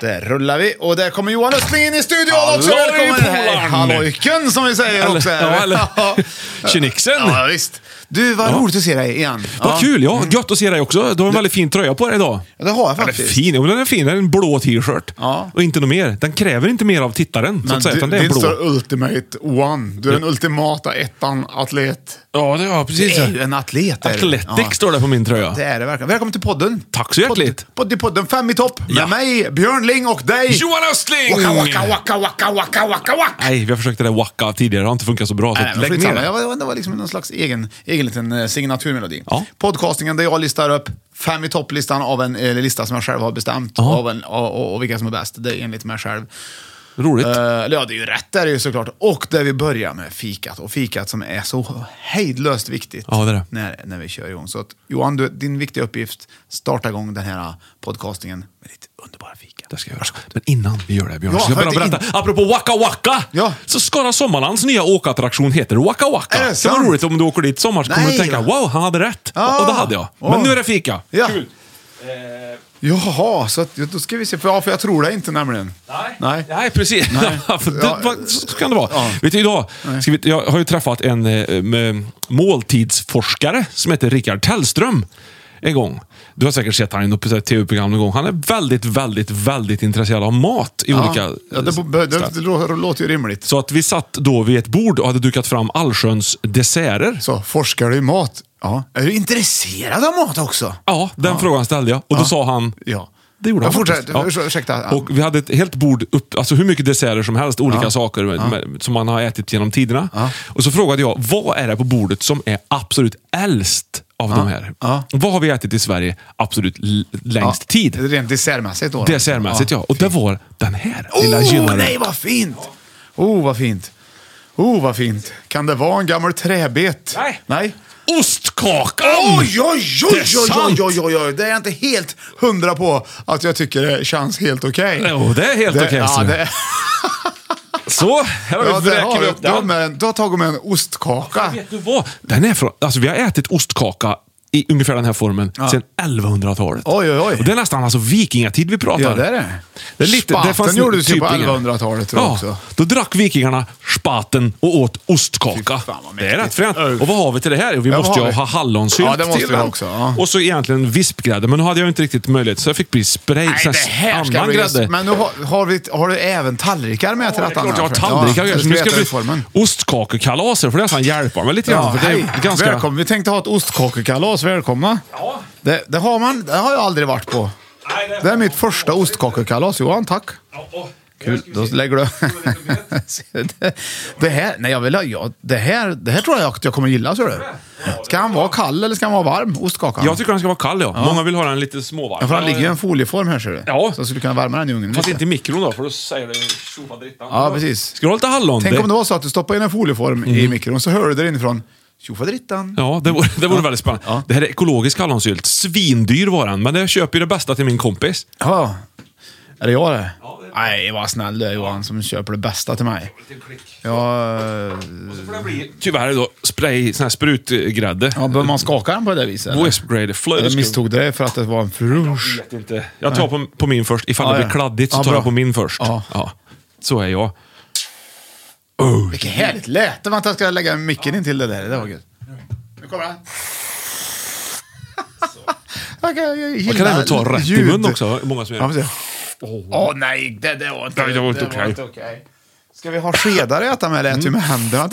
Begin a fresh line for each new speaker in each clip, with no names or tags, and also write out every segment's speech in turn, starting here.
Där rullar vi och där kommer Johan Östling in i studion också.
Halloj,
Välkommen här.
Polan!
Hallojken som vi säger
Eller-
också. här.
ja, eller- Tjenixen!
Ja, visst. Du, vad roligt att se dig igen.
Vad kul! Ja, gött att se dig också. Du har en väldigt fin tröja på dig idag.
Ja, det har jag
Eller
faktiskt.
fin? Jo, den är fin. Den är en blå t-shirt.
Ja.
Och inte något mer. Den kräver inte mer av tittaren, så att säga, utan det är
din
blå.
står Ultimate One. Du är den ultimata ettan atlet.
Ja, det, ja, precis.
Du är ju en atlet. är du.
Athletic
Ja.
står det på min tröja.
Det är det verkligen. Välkommen till podden.
Tack så hjärtligt.
Podd, podd, i podden Fem i topp med
Ja.
mig, Björn Ling och dig.
Johan Östling!
Waka, waka, waka, waka, waka, waka, waka.
Nej, vi har försökt det där waka tidigare. Det har inte funkat så bra. Så
Nej, men
lägg ner
skitsamma.
det.
Jag var- Det var liksom någon slags egen, egen liten eh, signaturmelodi.
Ja.
Podcastingen där jag listar upp fem i topplistan av en eh, lista som jag själv har bestämt.
Ja.
Av en, och, och, och vilka som är bäst. Det är enligt mig själv.
Roligt.
Eh, eller ja, det är ju rätt det är det ju såklart. Och där vi börjar med fikat. Och fikat som är så hejdlöst viktigt
Ja, det är det.
När, när vi kör igång. Så att, Johan, du, din viktiga uppgift, starta igång den här eh, podcastingen med ditt underbara fika.
Det ska jag göra. Men innan vi gör det, Björn,
Ja,
så ska
för
jag bara
att det
berätta. Apropå Waka Waka!
Ja.
Så Skara Sommarlands nya åkattraktion heter Waka
Är
Waka.
det
kan vara
sant?
roligt om du åker dit i sommar så kommer
Nej,
du tänka
va?
wow, han hade rätt.
Ja.
Och det hade jag. Men
Ja.
nu är det fika.
Ja.
Kul.
Jaha, så att, då ska vi se. För, ja, för jag tror det inte nämligen. Nej.
Nej, precis.
Nej.
För det,
Ja.
vad- så kan det vara.
Ja.
Vet du, idag, ska vi, jag har ju träffat en eh, m- måltidsforskare som heter Rickard Tellström en gång. Du har säkert sett han i något tv-program någon gång. Han är väldigt, väldigt, väldigt intresserad av mat i olika...
ja, det, det, det, det lå- låter ju rimligt.
Så att vi satt då vid ett bord och hade dukat fram allsköns desserter.
Så, forskar du i mat? Ja. Är du intresserad av mat också?
Ja, den frågan ställde jag. Och då sa han...
Ja.
Det gjorde
Ja,
han
fortsätt.
faktiskt.
Ursä- ursäkta. Ja.
Och vi hade ett helt bord, upp, alltså hur mycket desserter som helst, olika saker med, med, som man har ätit genom tiderna. Och så frågade jag, vad är det på bordet som är absolut äldst av de här?
Ja.
Vad har vi ätit i Sverige absolut l- längst
Ja.
tid?
Rent dessertmässigt då? då?
Dessertmässigt ja. Och det var den här lilla
Oh,
gynnaren.
nej vad fint! Oh, vad fint. Oh, vad fint. Kan det vara en gammal träbet?
Nej.
Nej.
Ostkakan!
Oj, oj,
Det
oj,
är
oj,
sant.
oj, oj, oj, oj. Det är jag inte helt hundra på att jag tycker det känns helt okej.
Jo, det är helt okej,
ja,
ser du.
det,
Så, här har
ja,
vi
det
vräker
har
vi
du.
upp
Du har
den.
med en- du har tagit med en ostkaka.
Ah. Vet du vad? Den är från, alltså vi har ätit ostkaka i ungefär den här formen sedan 1100-talet.
Oj, oj, oj.
Och det är nästan alltså vikingatid vi pratar.
Ja, det är det.
det är lite, det
Spaten
fanns typ
gjordes ju på
inga-
1100-talet tror jag
ja,
också.
Då drack vikingarna spaten och åt ostkaka.
Fy fan, vad
det är
mäktigt.
rätt fränt.
Öh.
Och vad har vi till det här? Jo, Vi
Ja, vad
måste
har
ju
vi?
ha hallonsylt
Ja, det måste
till
vi
den.
också, ja.
Och så egentligen vispgrädde, men då hade jag inte riktigt möjlighet så jag fick bli spray.
Nej,
sen
det här ska
annan
bli...
grädde.
Men nu har, har, vi, har du även tallrikar med till
Ja, det är
detta?
klart jag har
annars?
tallrikar.
Ja,
Ja,
du
nu ska
veta
det
utformen.
bli ostkakekalaser, för det är nästan hjälpa mig lite grann.
Ja,
för det är ju
hej.
ganska...
Välkommen. Vi tänkte ha ett ostkakekalas. Välkomna.
Ja.
Det, det, har man, det har jag aldrig varit på.
Nej,
Det är mitt första ostkakekalas, Johan. Tack. Kul. Då lägger du... det, det här, nej, jag vill ha, ja, det, här, det här tror jag att jag kommer gilla, ser du. Ska han vara kall eller ska han vara varm, ostkakan?
Jag tycker den ska vara kall, ja. Många vill ha den lite småvarm.
Ja, för han ligger ju i en folieform här, ser du.
Ja.
Så jag skulle kunna värma den i ugnen
Fast
lite.
inte i mikron då, för då säger det tjofaderittan.
Ja, precis.
Ska du ha lite hallon?
Tänk
Det-
om det Mm. var så att du stoppade in en folieform i mikron så hör du där inifrån tjofaderittan.
Ja, det vore, det vore väldigt spännande.
Ja.
Det här är ekologisk hallonsylt. Svindyr var den, men jag köper ju det bästa till min kompis.
Ja. Är det jag det? Nej, vad snäll du är Johan som köper det bästa till mig. Ja, eh,
Tyvärr då, spray, sån här sprutgrädde.
ja behöver man skaka den på det viset? eller?
Wisp grade,
Jag
flödeskum.
misstog det för att det var en frusch.
Jag vet inte. Jag tar på, på min först. Ifall
Ja,
det blir
ja.
kladdigt så
Ja,
tar jag
bra.
på min först.
Ja.
Ja. Så är jag.
Vilket härligt läte! Vänta, jag ska lägga micken in till det där. Det var gött. Nu kommer den. Jag kan, jag
Man
gillar
kan även ta rätt i
ljud.
mun också. Många som
Ja,
gör.
precis. Åh oh, nej, det, det var inte,
Nej, det var inte okej.
okej. Ska vi ha skedar att äta med eller
Mm.
äter vi med händerna?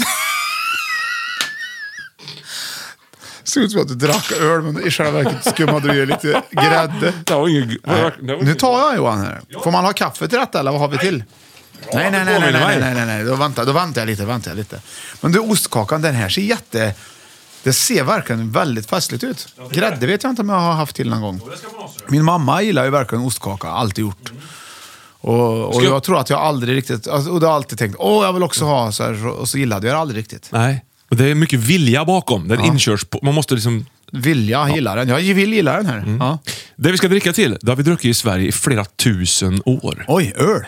Såg ut som att du drack öl men i själva verket skummade du i lite grädde.
Det var ingen... det var
Nu tar jag Johan här. Får man ha kaffe till detta eller vad har vi till? Nej, nej, nej, nej,
påminner
nej,
mig.
nej, nej, nej. Då, väntar, då väntar jag lite, väntar jag lite. Men du, ostkakan, den här ser jätte... Det ser verkligen väldigt festligt ut. Grädde vet jag inte om jag har haft till någon gång. Min mamma gillar ju verkligen ostkaka, alltid gjort. Och, och
Ska-
jag tror att jag aldrig riktigt... alltså, Och du har alltid tänkt, åh, jag vill också ha så här. Och så gillade jag det aldrig riktigt.
Nej. Och det är mycket vilja bakom. Den inkörs på, man måste liksom...
Vilja gillar den. Jag vill gilla den här.
Mm.
Ja.
Det vi ska dricka till, det har vi druckit i Sverige i flera tusen år.
Oj, öl.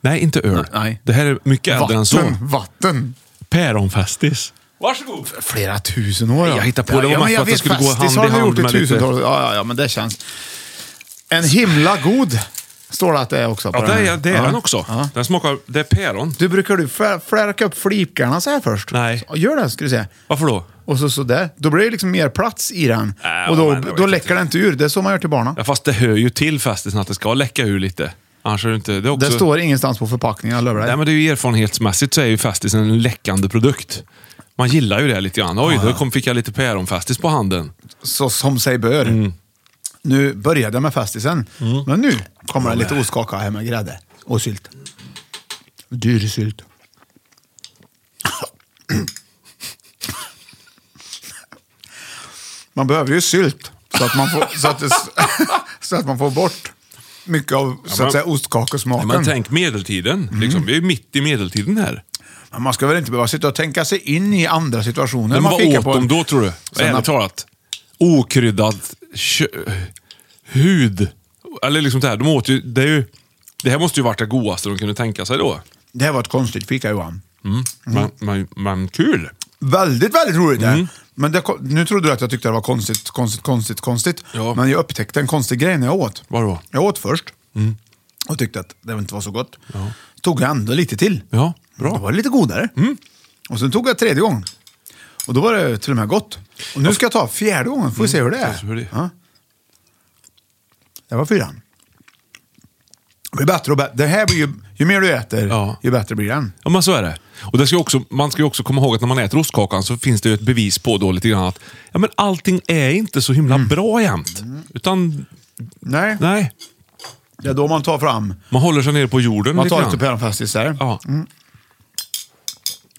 Nej, inte öl.
Nej.
Det här är mycket äldre än så.
Vatten, vatten.
Päronfestis. Varsågod.
Flera tusen år. ja.
Jag hittar på det. Det var
men jag
mest för att det
vet,
skulle gå
fast
hand
så
i
har vi
hand
gjort i
med lite-
tusentals år. Ja, ja, ja, men det känns... En himla god, står det att det är också. på
Ja,
den
det
här.
är, det är
Ja.
den också.
Ja.
Den smakar... Det är päron.
Du, brukar du flä- flärka upp flikarna så här först?
Nej.
Så, Gör det, ska du se.
Varför då?
Och så sådär. Då blir det liksom mer plats i den.
Äh,
och då,
men det var
då
ju
läcker det
inte-
inte ur. Det är så man gör till barnen.
Ja, fast det hör ju till festisen att det ska läcka ur lite. Annars är det inte... Det, är också,
Det står ingenstans på förpackningen, jag lovar dig.
Nej, men det är ju erfarenhetsmässigt så är ju festisen en läckande produkt. Man gillar ju det lite grann. Oj, då kom, fick jag lite päronfestis på handen.
Så som sig bör.
Mm.
Nu började jag med festisen, men nu kommer det lite ostkaka här med grädde och sylt. Dyr sylt. Man behöver ju sylt så att man får, så att det, så att man får bort mycket av så
men-
att säga,
Nej,
ostkakesmaken.
men tänk medeltiden. Liksom, vi är ju mitt i medeltiden här.
Men man ska väl inte behöva sitta och tänka sig in i andra situationer.
Men
man
vad
fikar
åt de då, tror du?
Sen-
Ärligt talat. Okryddad kö- hud. Eller liksom det här. De åt ju, det, är ju, det här måste ju varit det godaste de kunde tänka sig då.
Det här var ett konstigt fika Johan.
Mm. Men, men, men kul.
Väldigt, väldigt roligt det.
Mm.
Men det, ko- nu trodde du att jag tyckte det var konstigt, konstigt, konstigt, konstigt.
Ja.
Men jag upptäckte en konstig grej när jag åt.
Vadå?
Jag åt först
Mm.
och tyckte att det inte var så gott. Tog jag ändå lite till.
Ja, bra. Mm.
Det var lite godare. Och sen tog jag tredje gången. Och då var det till och med gott. Och nu ska jag ta fjärde gången, får vi se hur det
Mm. får vi se hur
är.
det är.
Ja. Det var fyran. Det blir bättre och bättre. Det här blir ju, ju mer du äter,
Ja.
ju bättre blir den.
Ja, men så är det. Och det ska ju också, man ska ju också komma ihåg att när man äter ostkakan så finns det ju ett bevis på då lite grann att ja, men allting är inte så
Mm.
himla bra jämt. Utan,
Nej,
nej.
det är då man tar fram
Man håller sig nere på jorden
Man
lite
tar
grann.
lite Mm. päronfestis där.
Ja.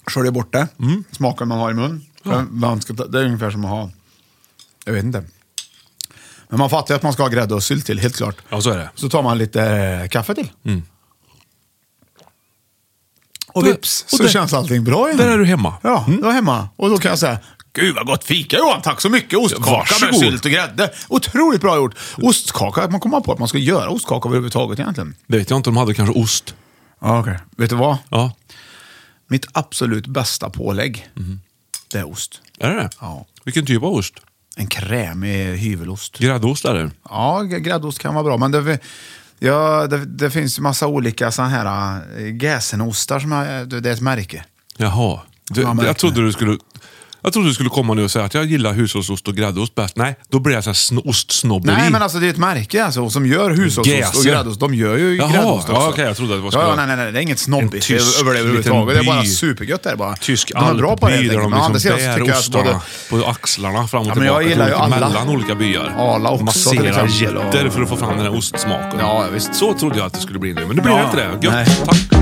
Sköljer bort det.
Mm.
Smaken man har i mun. Men Man ska, ta- det är ungefär som att ha... Jag vet inte. Men man fattar ju att man ska ha grädde och sylt till, helt klart.
ja, så är det.
Så tar man lite eh, kaffe till. Och
Då-
vips
Mm. och
så
där-
känns allting bra igen.
där är du Mm. hemma.
Ja, då är jag hemma. Och då kan jag säga, gud vad gott fika Johan, tack så mycket. Ostkaka med
Varsågod.
sylt och grädde. Otroligt bra gjort. Ostkaka, att man kommer på att man ska göra ostkaka överhuvudtaget egentligen.
Det vet jag inte, de hade kanske ost.
Ja, okej. Vet du vad?
Ja,
Mitt absolut bästa pålägg,
Mm.
det är ost.
är det det?
Ja.
Vilken typ av ost?
En krämig hyvelost.
Gräddost är det.
Ja, g- gräddost kan vara bra, men det, ja, det, det finns ju massa olika sådana här eh, Gäsenostar som är, det är ett märke.
Jaha. Du,
Ja, men-
jag trodde du skulle... Jag trodde du skulle komma nu och säga att jag gillar hushållsost och gräddost bäst. Nej, då blir jag sån här ostsnobberi.
Nej, men alltså det är ett märke alltså, och som gör hushållsost och
Gäse.
gräddost. De gör ju
Jaha,
gräddost också.
ja, okej, jag trodde att det var
ja, ja,
skulle-
nej, nej, nej, det är inget
En
snobbigt
tysk
över- över det
liten
överhuvudtaget. Det är bara
by.
supergött där bara.
Tysk
de är bra på det
alpby
helt
där
enkelt.
de
Men å andra
liksom
sidan så
bär
tycker jag att både
ostarna på axlarna fram och
men
tillbaka.
jag gillar ju
runt
alla.
Mellan olika byar.
Arla också, till
Masserar
exempel, och-
getter för att få fram den här ostsmaken.
Ja, visst.
Så trodde jag att det skulle bli nu, men det blir
Ja,
inte det. Gött,
nej.
tack.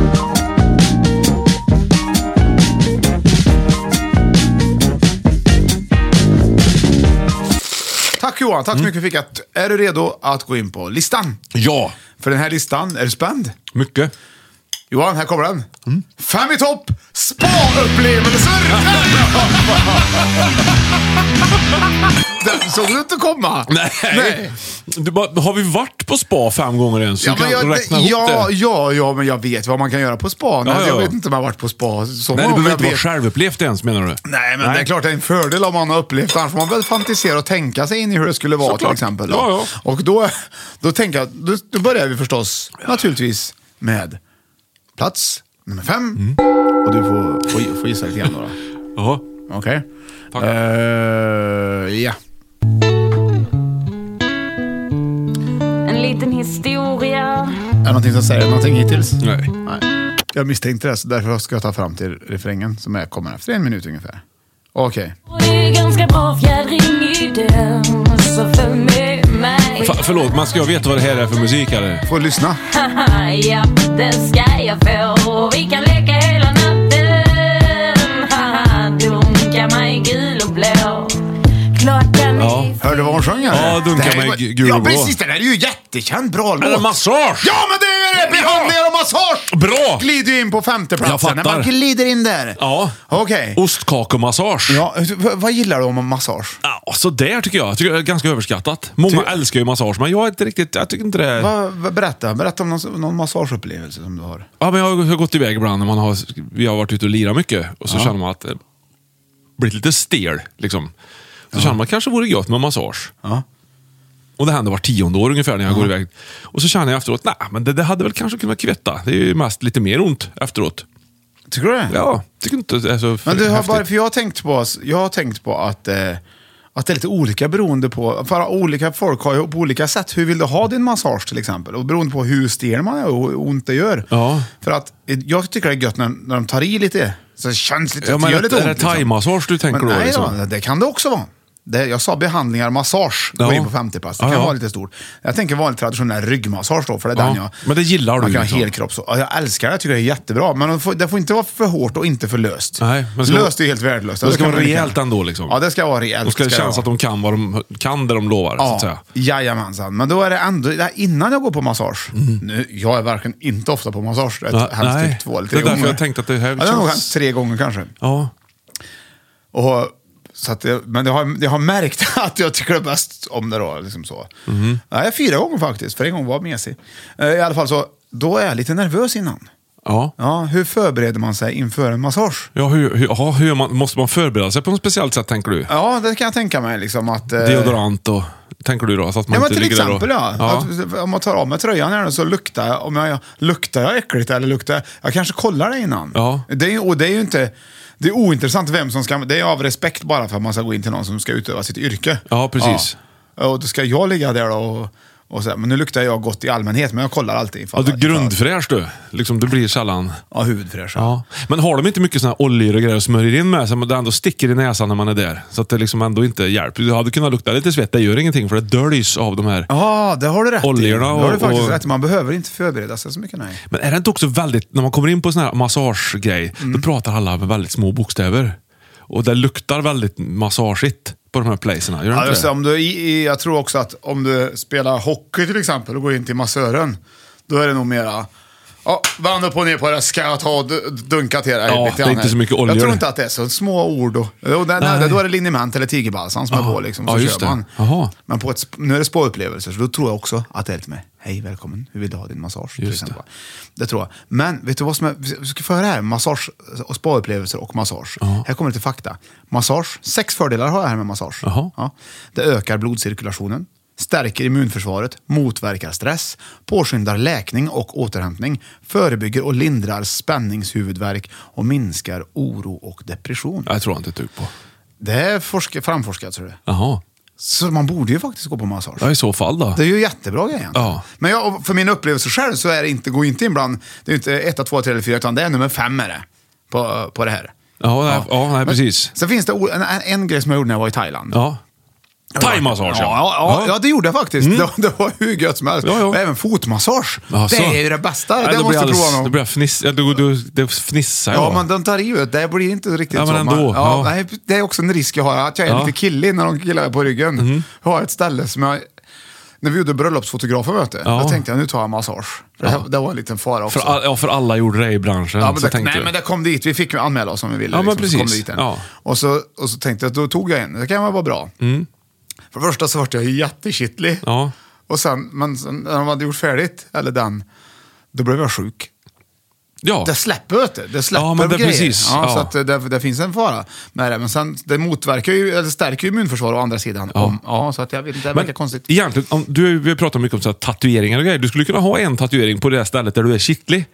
Tack Johan,
Mm.
tack så mycket för fickat. Är du redo att gå in på listan?
Ja,
För den här listan, är du spänd?
mycket.
Johan, här kommer den. Fem i topp, spa-upplevelser! den såg du inte komma.
Nej. Du bara, har vi varit på spa fem gånger ens?
Ja,
Du
men
kan
jag,
räkna ihop
ja,
det.
ja, ja, men jag vet vad man kan göra på spa.
Ja, ja,
Jag
ja.
vet inte om jag har varit på spa så många
Nej, det
gånger.
behöver
Jag
inte vara
vet-
självupplevt ens menar du?
Nej, men det är klart det är en fördel om man har upplevt det. Annars får man väl fantisera och tänka sig in i hur det skulle vara
Såklart.
till exempel.
Ja, ja.
Och då, då, tänker jag, då, då börjar vi förstås naturligtvis med plats nummer fem.
Mm.
Och du får, får, får gissa lite grann då. då.
Ja.
Okej.
Tack.
Eh, ja.
En liten historia.
Är det någonting som säger någonting hittills?
Nej.
Nej. Jag misstänkte det, så därför ska jag ta fram till refrängen som är, kommer efter en minut ungefär. Okej.
Och det är ganska bra fjädring i den. Så följ med mig.
Fa- förlåt, man ska jag veta vad det här är för musik eller?
Får lyssna.
Haha, ja, det ska jag få. Vi kan leka hela natten. Haha, dunka mig gul och blå. Klockan
Ja.
är
Hörde du vad hon sjöng? eller?
Ja, dunka
Det här är
mig
bara-
gu- gul
Ja,
och blå.
precis. Det där är ju jättekänd, bra låt.
Eller massage!
Ja, men det är det! Behandlingar och massage!
Bra!
Glider ju in på femteplatsen.
Jag fattar.
När man glider in där.
Ja.
Okej.
Ostkakemassage.
Ja, v- vad gillar du om massage?
Ja, så där tycker jag. Jag Tycker det är ganska överskattat. Många
Ty-
älskar ju massage, men jag är inte riktigt... Jag tycker inte det... är-
Va, va, berätta, berätta om någon, någon massageupplevelse som du har.
Ja, men jag har gått iväg ibland när man har, vi har varit ute och lirat mycket och så känner man att det blivit lite stel. Liksom. Så känner man att kanske vore gött med massage.
Ja.
Och det händer var tionde år ungefär när jag går iväg. Och så känner jag efteråt, nej men det, det hade väl kanske kunnat kvitta. Det är ju mest lite mer ont efteråt.
Tycker du det?
Ja, tycker inte det är så
Men du har
häftigt.
bara, för jag har tänkt på, jag har tänkt på att, eh, att det är lite olika beroende på, för olika folk har ju på olika sätt, hur vill du ha din massage till exempel? Och beroende på hur stel man är och hur ont det gör.
Ja.
För att eh, jag tycker det är gött när, när de tar i lite, så det känns lite,
Ja, men
det gör
är
lite
det- är
ont. liksom.
det thaimassage du tänker
men,
då,
Nej,
liksom?
ja, det kan det också vara. Det, jag sa behandlingar, massage,
Ja.
går in på 50 pass. Det kan
Ja, ja.
vara lite stort. Jag tänker vanlig traditionell ryggmassage då, för det är
Ja.
den jag...
Men det gillar
man
du
kan
liksom?
ha helkropps... Ja, Jag älskar det, jag tycker det är jättebra. Men det får, det får inte vara för hårt och inte för löst.
Nej, men ska-
löst är ju helt värdelöst.
Det ska
kan
vara
man lika-
rejält ändå liksom.
Ja, det ska vara rejält.
Då ska det kännas att de kan, vad de kan det de lovar. Så att säga.
Ja, jajamensan. Men då är det ändå, det här innan jag går på massage. Nu, jag är verkligen inte ofta på massage. Det
Mm. Nej,
är helst
nej.
typ två eller tre
Det är därför
gånger.
jag tänkte att det här
Ja, det är nog
känns-
tre gånger kanske.
Ja.
Och, så att jag, men jag har, jag har märkt att jag tycker det är bäst om det då. Liksom så.
Mm.
Nej, fyra gånger faktiskt, för en gång var jag mesig. Eh, I alla fall så, då är jag lite nervös innan.
Ja.
Ja, hur förbereder man sig inför en massage?
Ja, hur, hur, aha, hur man, måste man förbereda sig på något speciellt sätt tänker du?
Ja, det kan jag tänka mig. Liksom, att, eh,
Deodorant och... Tänker du då? Så att man
Ja, men
inte
till
ligger där och-
exempel ja. Att, om man tar av mig tröjan här nu så luktar jag, om jag, luktar jag äckligt eller luktar jag, jag kanske kollar det innan.
Ja.
Det är, ju- och det är ju inte, det är ointressant vem som ska, det är av respekt bara för att man ska gå in till någon som ska utöva sitt yrke.
Ja, precis.
Ja. Och då ska jag ligga där då och, och så här, men nu luktar jag gott i allmänhet, men jag kollar alltid
Ja,
ifall...
du är grundfräsch du. Liksom, du blir sällan...
Ja, huvudfräsch.
Ja. Men har de inte mycket såna här oljor och grejer att smörja in med så att det ändå sticker i näsan när man är där? Så att det liksom ändå inte hjälper. Du hade kunnat lukta lite svett, det gör ingenting för det döljs av de här.
Ja, det har du rätt i.
Oljorna
Det har du
och-
faktiskt
och-
rätt i. Man behöver inte förbereda sig så mycket, nej.
Men är det inte också väldigt, när man kommer in på sån här massagegrej,
Mm.
då pratar alla med väldigt små bokstäver. Och det luktar väldigt massageigt på de här placerna. Gör det
Ja,
inte
just
det?
det. Om du, i, i, jag tror också att om du spelar hockey till exempel och går in till massören, då är det nog mera... Ja, vänd upp och ner på det. Ska jag ta och du- dunka till dig
Ja,
lite
det är
grann
inte
här?
så mycket
Jag
oljor.
tror inte att det är så små ord. Och, och den,
Nej.
nej. Då är det liniment eller tigerbalsam som är
Ja.
på. Liksom, så
Ja, just
kör
det.
man.
Jaha.
Men på ett, sp- nu är det spåupplevelser, så då tror jag också att det är lite mer Hej, välkommen. Hur vill du ha din massage? till
Just
exempel. det tror jag. Men vet du vad som är... Vi ska få höra här. Massage och spaupplevelser och massage. Här kommer lite fakta. Massage. Sex fördelar har jag här med massage.
Jaha.
Ja. Det ökar blodcirkulationen, stärker immunförsvaret, motverkar stress, påskyndar läkning och återhämtning, förebygger och lindrar spänningshuvudvärk och minskar oro och depression.
Jag tror inte ett dugg på.
Det är forska, framforskat, tror du.
Jaha.
Så man borde ju faktiskt gå på massage.
Ja, i så fall då.
Det är ju jättebra grejer. egentligen.
Ja.
Men jag, för min upplevelse själv så är det inte, går inte in bland, det är ju inte 1, 2, 3 eller 4, utan det är nummer 5 är det. På, på det här.
Ja, nej, ja, nej,
Men
precis.
Sen finns det o- en, en grej som jag gjorde när jag var i Thailand.
Ja. Thaimassage, Mm.
Ja, ja, ja, ja, det gjorde jag faktiskt. Det, var- det var hur gött som helst.
Ja, ja.
Och även fotmassage.
Ja, så.
Det är ju det bästa.
alltså-
det
Nej, då
måste
blir
du prova
alldeles-
någon
Då
gång.
blir jag fniss, ja, då, då, då fnissar jag.
Ja, men den tar ju ut. Det blir inte riktigt
Ja, men
så.
ändå, ja.
ja, nej, Det är också en risk jag har, att jag är
Ja. Mhm.
lite killig när de killar på ryggen. Jag har ett ställe som jag... När vi gjorde bröllopsfotografer, vet du,
Ja.
då tänkte jag nu tar jag massage. För det, det var en liten fara också.
för, all, ja, för alla gjorde det i branschen.
Ja, men
så
det,
tänkte
nej,
du.
men det kom dit. Vi fick ju anmäla oss om vi ville. liksom,
Ja, men
så Kom
precis.
dit en.
Ja.
och, så, och så tänkte jag att då tog jag en. Det kan väl vara bra. För det första så vart jag jättekittlig.
Mm. Ja.
Och sen, men sen när de hade gjort färdigt, eller den, då blev jag sjuk.
ja.
Det släpper, vet du. Det släpper
Ja, men det-
grejer.
precis.
Ja, Så
Ja.
att det, det finns en fara med det. Men sen, det motverkar ju, eller stärker ju immunförsvaret å andra sidan. Ja. Om, ja, så att jag vet, det verkar konstigt.
egentligen, om, du, vi har pratat mycket om så här, tatueringar och grejer. Du skulle kunna ha en tatuering på det där stället där du är kittlig.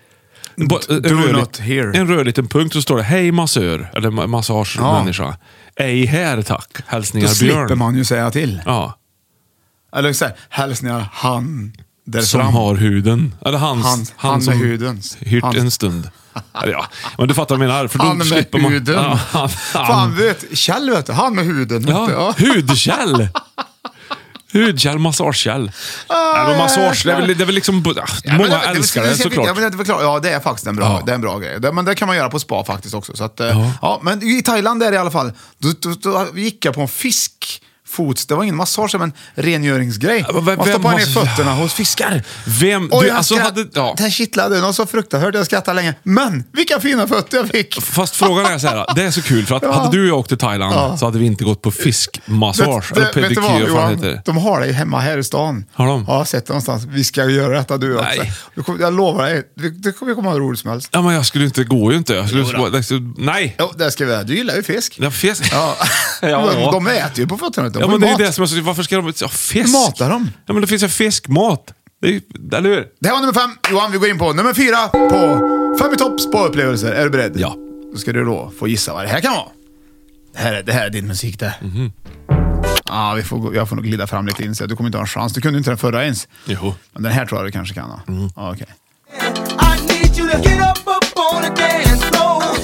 Ba- en
Mm. do
röd-
not here.
En röd liten punkt så står det Hej massör, eller ma- massagemänniska. Ej här tack.
Då
Hälsningar
slipper
Björn.
man ju säga till.
Ja,
Eller så här, hälsningar han där
som
fram.
har huden. Eller hans,
Han- han med hudens.
Hyrt
Han-
en stund. Eller ja, men du fattar vad jag menar. För då
Han med
slipper man,
huden.
Ja, han,
Fan, vet, Kjell vet du, han med huden. vet du,
Ja, hudgel. Hudgel, massagegel. Ah, Nej, men massage, det är, väl, det är väl liksom... ah,
Ja, men
många
det-
älskar det,
ska- ska- Jag
såklart.
vill inte förklara. Ja, det är faktiskt en bra,
Ja.
det är en bra grej. Det, men det kan man göra på spa faktiskt också. Så att, eh,
Ja.
ja. men i Thailand är det i alla fall, då, då, då gick jag på en fiskfots, det var ingen massage, men rengöringsgrej.
Ja, men vem-
man stoppar
Ah, vem
ner
måste-
fötterna hos fiskar.
Vem-
Och
du,
jag
alltså,
skratt,
hade- ja.
Det här kittlade något så fruktansvärt, jag skrattade länge. Men vilka fina fötter jag fick!
Fast frågan är så här, det är så kul för att
Ja.
hade du och jag åkt till Thailand
Ja.
så hade vi inte gått på fiskmassage eller
vet du vad
pedikyr, vad fan heter det?
De har det ju hemma här i stan.
Har de?
Ja, jag har sett det någonstans. Vi ska ju göra detta du också.
Nej.
Du kommer- Jag lovar dig, det- det kommer att vara hur roligt som helst.
Ja, men jag skulle inte gå ju inte. Jag skulle, jag skulle, nej!
Jo, det ska vi ha. Du gillar ju fisk.
Ja, fisk.
Ja.
Ja.
Men de äter ju på fötterna. De
Ja,
får
men det är ju
mat.
det som är så... Varför ska de... Ja, fisk!
Matar de?
Ja, men det finns ju fiskmat. Det är, ju- eller hur?
det här var nummer fem. Johan, vi går in på nummer fyra på Fem i topp spa-upplevelser. Är du beredd?
Ja.
Då ska du då få gissa vad det här kan vara. Det här är, det här är din musik det.
Mhm.
Ah, vi får, gå- jag får nog glida fram lite inser jag. Du kommer inte ha en chans. Du kunde inte den förra ens.
Jo.
Men den här tror jag du kanske kan ha.
Mm.
Ah, okej.
I need you to get up, up on the dance floor. Yeah,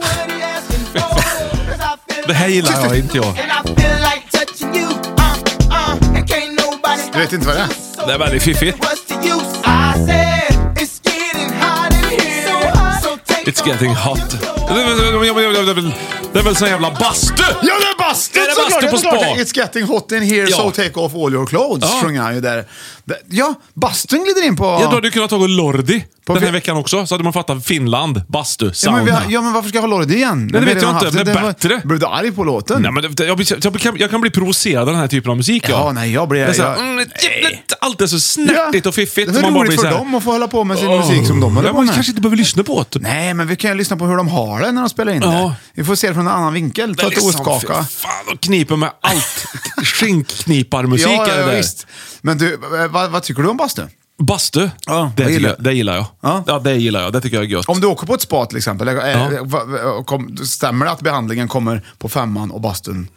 man, what you asking for? 'Cause I feel
Det här
like-
gillar jag inte jag.
And I feel like touching you. Uh, uh, and can't nobody
Du vet inte vad det är?
stop you.
Det är väldigt fiffigt.
What's the use? I said, it's getting hot in here. So take
It's getting
off
hot.
your
Det är
clothes.
väl- det är väl- det är väl- det är väl sån jävla bastu!
Ja, det är bastu
Det är
såklart!
bastu på
det är såklart.
spa.
It's getting hot in here,
Ja.
so take off all your clothes,
Ja.
sjunger han ju där. Det- Ja, bastun glider in på...
Ja, då hade du kunnat ta Lordi
På
den här
fi-
veckan också, så hade man fattat Finland, bastu,
Ja
sauna.
men, vi har, ja men varför ska jag ha Lordi igen?
det
Vi
vet
redan
jag inte,
haft
men
Det var-
bättre.
Blev du arg på låten?
Nej, men det, det- jag, blir- jag, kan, jag kan bli provocerad av den här typen av musik.
Ja, nej, jag blir-
Det är så här,
jag-
mm,
nej.
jävligt- Allt är så snärtigt och fiffigt.
Det är
så
väl
man bara blir
roligt
så
för
här,
dem att få hålla på med sin
"Åh."
musik som de håller
ja,
på
Man
med.
kanske inte behöver lyssna på det.
Nej, men vi kan ju lyssna på hur de har det när de spelar in
Ja.
det. Vi får se det från en annan vinkel.
Det
Ta
är liksom-
ett ostkaka.
fy Fan, de kniper med allt. Skinkkniparmusik
ja,
är det
ja,
där.
visst. Men du, eh, vad, vad tycker du om bastu?
Bastu,
Ja,
det,
vad
tycker
gillar-
jag, det gillar jag.
Ja.
Ja, det gillar jag. Det tycker jag är gött.
Om du åker på ett spa till exempel, eh, eh,
Ja.
va- va- kom, stämmer det att behandlingen kommer på femman och bastun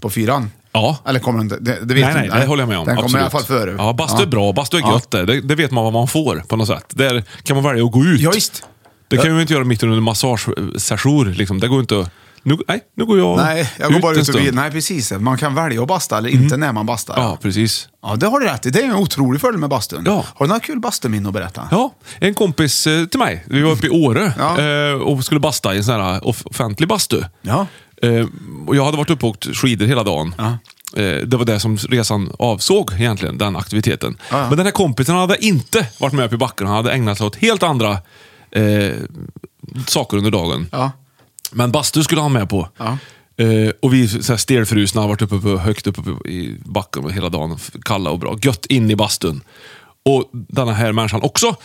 på fyran?
Ja.
Eller kommer den det, det vet
Nej,
du
nej,
inte.
det håller jag med om.
Den kommer i
Absolut.
alla fall före.
Ja, bastu är bra. Bastu är gött det. det. Det vet man vad man får på något sätt. Där kan man välja att gå ut.
Ja, visst.
Det kan vi inte göra mitt under en massagesession. Liksom. Det går inte att... Nu, nej, nu går jag
Nej, jag går bara
en
ut och
stund. Mm.
vid. Nej, precis. Man kan välja att basta eller inte när man bastar.
Ja, precis.
Ja, det har du rätt i. Det är en otrolig fördel med bastun.
Ja.
Har du några kul bastuminnen att berätta?
Ja, en kompis eh, till mig, vi var uppe i Åre
Ja.
eh, och skulle basta i en sån här off- offentlig bastu.
Ja.
Eh, och jag hade varit uppe och åkt skidor hela dagen. Eh, det var det som resan avsåg egentligen, den aktiviteten.
Ja, ja.
Men den här kompisen hade inte varit med upp i backen. Han hade ägnat sig åt helt andra eh, saker under dagen.
Ja.
Men bastu skulle han med på.
Ja.
Eh, och vi så här stelfrusna har varit uppe på, högt uppe på, i backen hela dagen. f- Kalla och bra. Gött in i bastun. Och denna här människan också.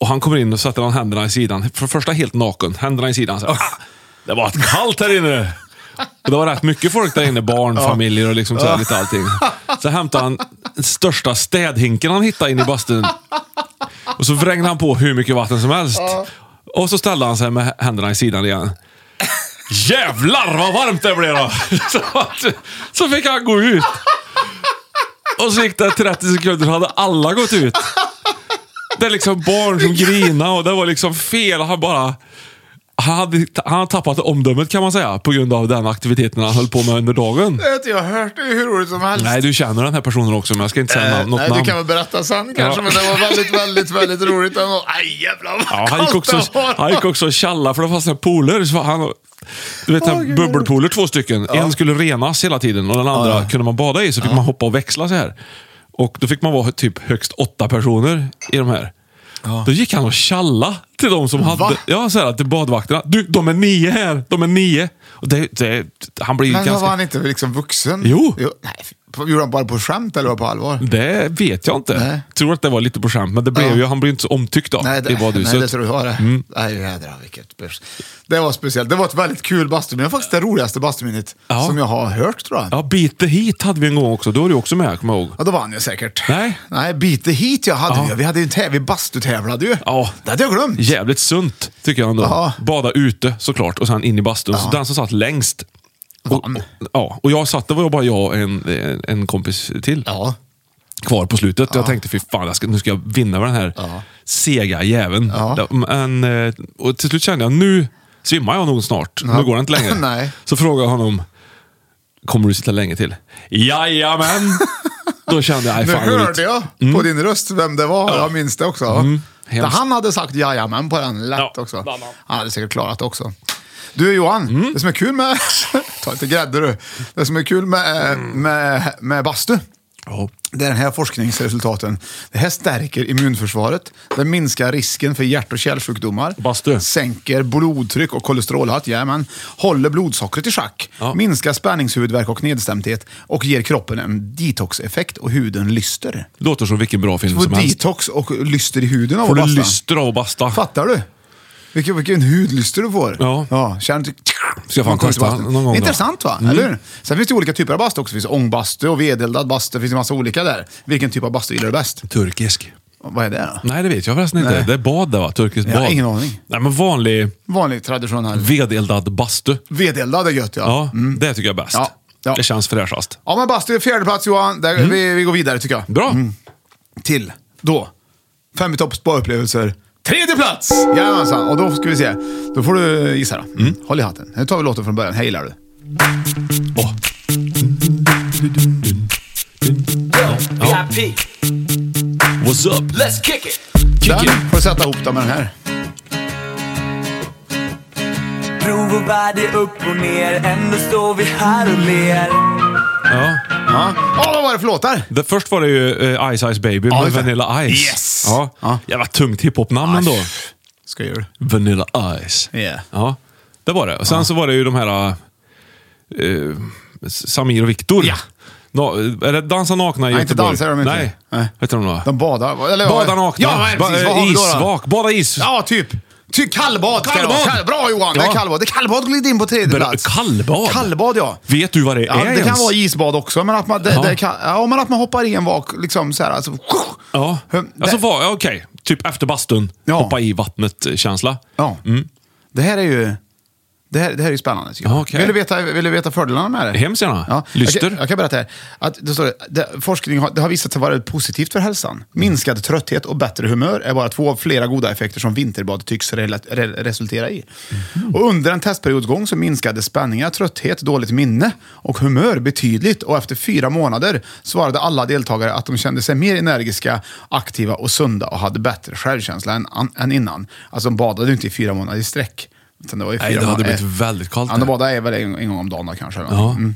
Och han kommer in och sätter han händerna i sidan. För det första helt naken. Händerna i sidan. Så här, ah, det var ett kallt här inne. Och det var rätt mycket folk där inne. Barn, familjer och liksom så här, lite allting. Så hämtade han den största städhinken han hittade in i bastun. Och så vrängde han på hur mycket vatten som helst. Och så ställde han sig med händerna i sidan igen. Jävlar vad varmt det blev då! Så, att- så fick han gå ut. Och så gick det 30 sekunder så hade alla gått ut. Det är liksom barn som grinade och det var liksom fel. Han bara... Han hade, han hade tappat omdömet kan man säga på grund av den aktiviteten han höll på med under dagen.
Det har inte jag hört. Det är hur roligt som helst.
Nej, du känner den här personen också men jag ska inte säga
Eh,
namn, något
nej,
namn.
du kan väl berätta sen kanske,
Ja.
men det var väldigt, väldigt, väldigt roligt. ändå. Aj, jävlar vad
Ja, han,
kallt
gick också,
det var.
han gick också och tjalla för det fanns några pooler. Så han, du vet, oh, bubbelpooler, två stycken. En skulle renas hela tiden och den andra
Ja.
kunde man bada i. Så fick man hoppa och växla så här. Och då fick man vara typ högst åtta personer i de här. Då gick han och tjalla till de som hade...
Va?
Ja, så här, till badvakterna. Du, de är nio här! De är nio! Och det, det, han blir ju
Men
ganska...
var han inte liksom vuxen?
Jo.
nej, f- gjorde han bara på skämt eller var det på allvar?
Det vet jag inte.
Nej.
Tror att det var lite på skämt, men det blev
Ja.
ju, han blev ju inte så omtyckt av
Nej, det,
i badhuset.
nej, det tror jag var det.
Mm.
Nej, jädrar vilket bärs. Det var speciellt. Det var ett väldigt kul bastuminne. Det var Faktiskt det roligaste bastuminnet
Ja.
som jag har hört tror jag. Ja.
Ja, Beat the Heat hade vi en gång också. Då var du också med, kommer jag ihåg.
då vann jag säkert.
Nej.
Nej, Beat the Heat jag hade
Ja.
vi. Vi hade ju en tävling, vi bastutävlade ju.
Ja.
Det hade jag glömt.
Jävligt sunt, tycker jag ändå.
Ja.
Bada ute såklart och sen in i bastun. Så den som satt längst och,
Vann.
Ja, och jag satt, det var bara jag och en, en- en kompis till
Ja.
kvar på slutet. Jag tänkte, fy fan, jag ska, nu ska jag vinna med den här sega jäveln.
Ja.
Men, eh, och till slut kände jag, nu svimmar jag nog snart. Nu går det inte längre.
Nej.
Så frågade jag honom, kommer du sitta länge till? Jajamän! Då kände jag, nej
Nu
fan. det är
hörde
lite- Mm.
jag på din röst vem det var. Jag minns det också. Det
Hemskt.
han hade sagt jajamän på den lätt
Ja,
också.
bland annat.
Han hade säkert klarat det också. Du Johan,
Mm.
det som är kul med... Ta lite grädde du. Det som är kul med, eh,
Mm.
med, med bastu.
Ja.
Det är den här forskningsresultaten. Det här stärker immunförsvaret. Det minskar risken för hjärt och kärlsjukdomar.
Bastu.
Sänker blodtryck och kolesterolhalt. Jajamän. Håller blodsockret i schack.
Ja.
Minskar spänningshuvudvärk och nedstämdhet. Och ger kroppen en detox-effekt och huden lyster.
Låter som vilken bra film
Får
som helst.
detox och lyster i huden av
Får
att
du
basta.
lyster av att basta.
Fattar du? Vilken, vilken hudlyster du får.
Ja.
ja känner du...
Ska jag fan testa någon gång då? Mm.
Intressant va? Eller hur? Sen finns det olika typer av bastu också. Det finns ångbastu och vedeldad bastu. Det finns en massa olika där. Vilken typ av bastu gillar du bäst?
Turkisk.
Vad är det då?
Nej, det vet jag förresten inte.
Nej.
Det är bad det va? Turkiskt
Jag har
bad.
ingen aning.
Nej, men vanlig
Vanlig traditionell.
vedeldad bastu.
Vedeldad är gött ja.
Ja, det tycker jag är bäst.
Mm. Ja, ja.
Det känns fräschast.
Ja men bastu är fjärde plats Johan. Där, vi, vi går vidare tycker jag.
Mm.
Mm.
Bra.
Till då. Fem i topp spa-upplevelser. Tredje plats! Jajamensan. Och då ska vi se. Då får du gissa då. Mm.
Mm.
Håll i hatten. Nu tar vi låten från början. Hej gillar du.
Åh.
VIP,
What's up?
let's kick it.
Kick it.
Den får du sätta ihop den med den här.
Prov och värde upp och ner, ändå står vi här och ler.
Ja.
Ja. Åh, vad var det för låtar?
Det, först var det ju eh, Ice Ice Baby
Ja,
med
just det.
Vanilla Ice.
Yes.
Ja.
Ja.
Jävla tungt hiphop-namn ändå.
Skojar du?
Vanilla Ice.
Yeah.
Ja, det var det. Och sen så var det ju de här eh, Samir och Viktor.
Ja.
No, är det Dansa nakna i
Nej, inte
Göteborg?
dansar de inte.
Nej.
Nej.
Vad heter de då?
De badar... Eller,
Bada nakna.
Ja, men precis.
Ba-
Vad har vi då då?
isvak. Bada is.
Ja, typ. Ty, kallbad. ska det vara.
Kallbad.
Kall- Bra Johan, det
Ja.
är kallbad. Det är kallbad glider in på tredje
Bra-
plats.
kallbad?
Kallbad, ja.
Vet du vad det
Ja,
är
det kan
ens?
vara isbad också, men att man, det,
Ja.
det kan, ja, men att man hoppar i en vak liksom så här. Alltså,
Ja.
Hum, det,
Alltså, var, ja, okej. Typ efter bastun.
Ja.
Hoppa i vattnet-känsla.
ja. det här är ju... Det här, det här är ju spännande. tycker
Mm. Ja,
jag.
okej.
Vill, du veta, vill du veta fördelarna med det?
Hemskt gärna.
Ja,
Lyster.
Jag, kan- jag kan berätta här. Att, då står det, det, forskning har, det har visat sig vara positivt för hälsan. Minskad trötthet och bättre humör är bara två av flera goda effekter som vinterbad tycks rela, re, resultera i. Och under en testperiods gång så minskade spänningar, trötthet, dåligt minne och humör betydligt. Och efter fyra månader svarade alla deltagare att de kände sig mer energiska, aktiva och sunda och hade bättre självkänsla än, an, än innan. Alltså de badade ju inte i fyra månader i sträck. Utan det var ju
Nej,
fyra
det hade
månader-
blivit väldigt kallt
Ja, de
där.
badade väl en, en gång om dagen då, kanske. eller
Ja.
någonting. Mm.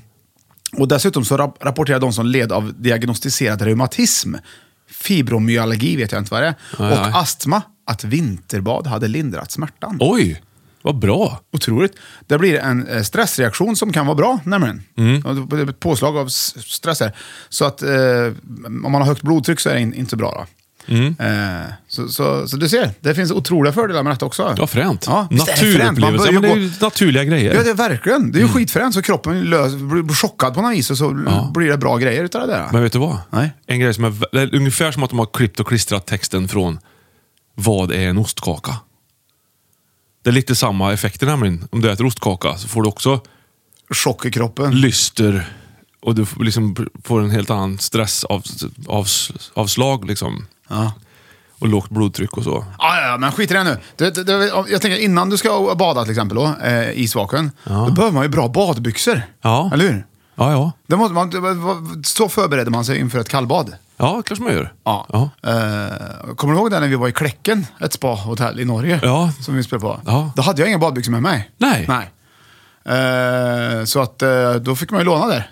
Och dessutom så rap- rapporterar de som led av diagnostiserad reumatism, fibromyalgi vet jag inte vad det är,
Nej,
och
nej.
astma att vinterbad hade lindrat smärtan.
Oj, vad bra.
Otroligt. Det blir en eh, stressreaktion som kan vara bra nämligen. Mm. Det är ett påslag av s- stress här. Så att eh, om man har högt blodtryck så är det in, inte så bra. Då.
Mm.
Eh, så, så, så du ser, det finns otroliga fördelar med detta också.
Ja, fränt.
Ja, visst är det fränt? Man börjar
Naturupplevelser. Ja, men det är
gå-
ju naturliga grejer.
Ja, det är verkligen. Det
Mm.
är ju skitfränt. Så kroppen lös, blir blir chockad på något vis och så blir det bra grejer utav det där.
Men vet du vad?
Nej.
En grej som är, vä- det är ungefär som att de har klippt och klistrat texten från Vad är en ostkaka? Det är lite samma effekter nämligen. Om du äter ostkaka så får du också
Chock i kroppen.
lyster och du får liksom får en helt annan stressavslag av, avslag, liksom.
Ja.
och lågt blodtryck och så.
Ja, ja, ja, men skit i det nu. Du, du, du, om- jag tänker innan du ska bada till exempel då, eh, i Svaken, då behöver man ju bra badbyxor.
Ja.
Eller hur?
Ja, ja.
Det måste man, det- vad- så förbereder man sig inför ett kallbad.
Ja, kanske man gör.
Ja.
Ja.
Eh, kommer du ihåg det när vi var i Kläcken, ett spahotell i Norge?
Ja.
Som vi spelade på.
Ja.
Då hade jag inga badbyxor med mig.
Nej.
Nej. Eh, så att eh, då fick man ju låna där.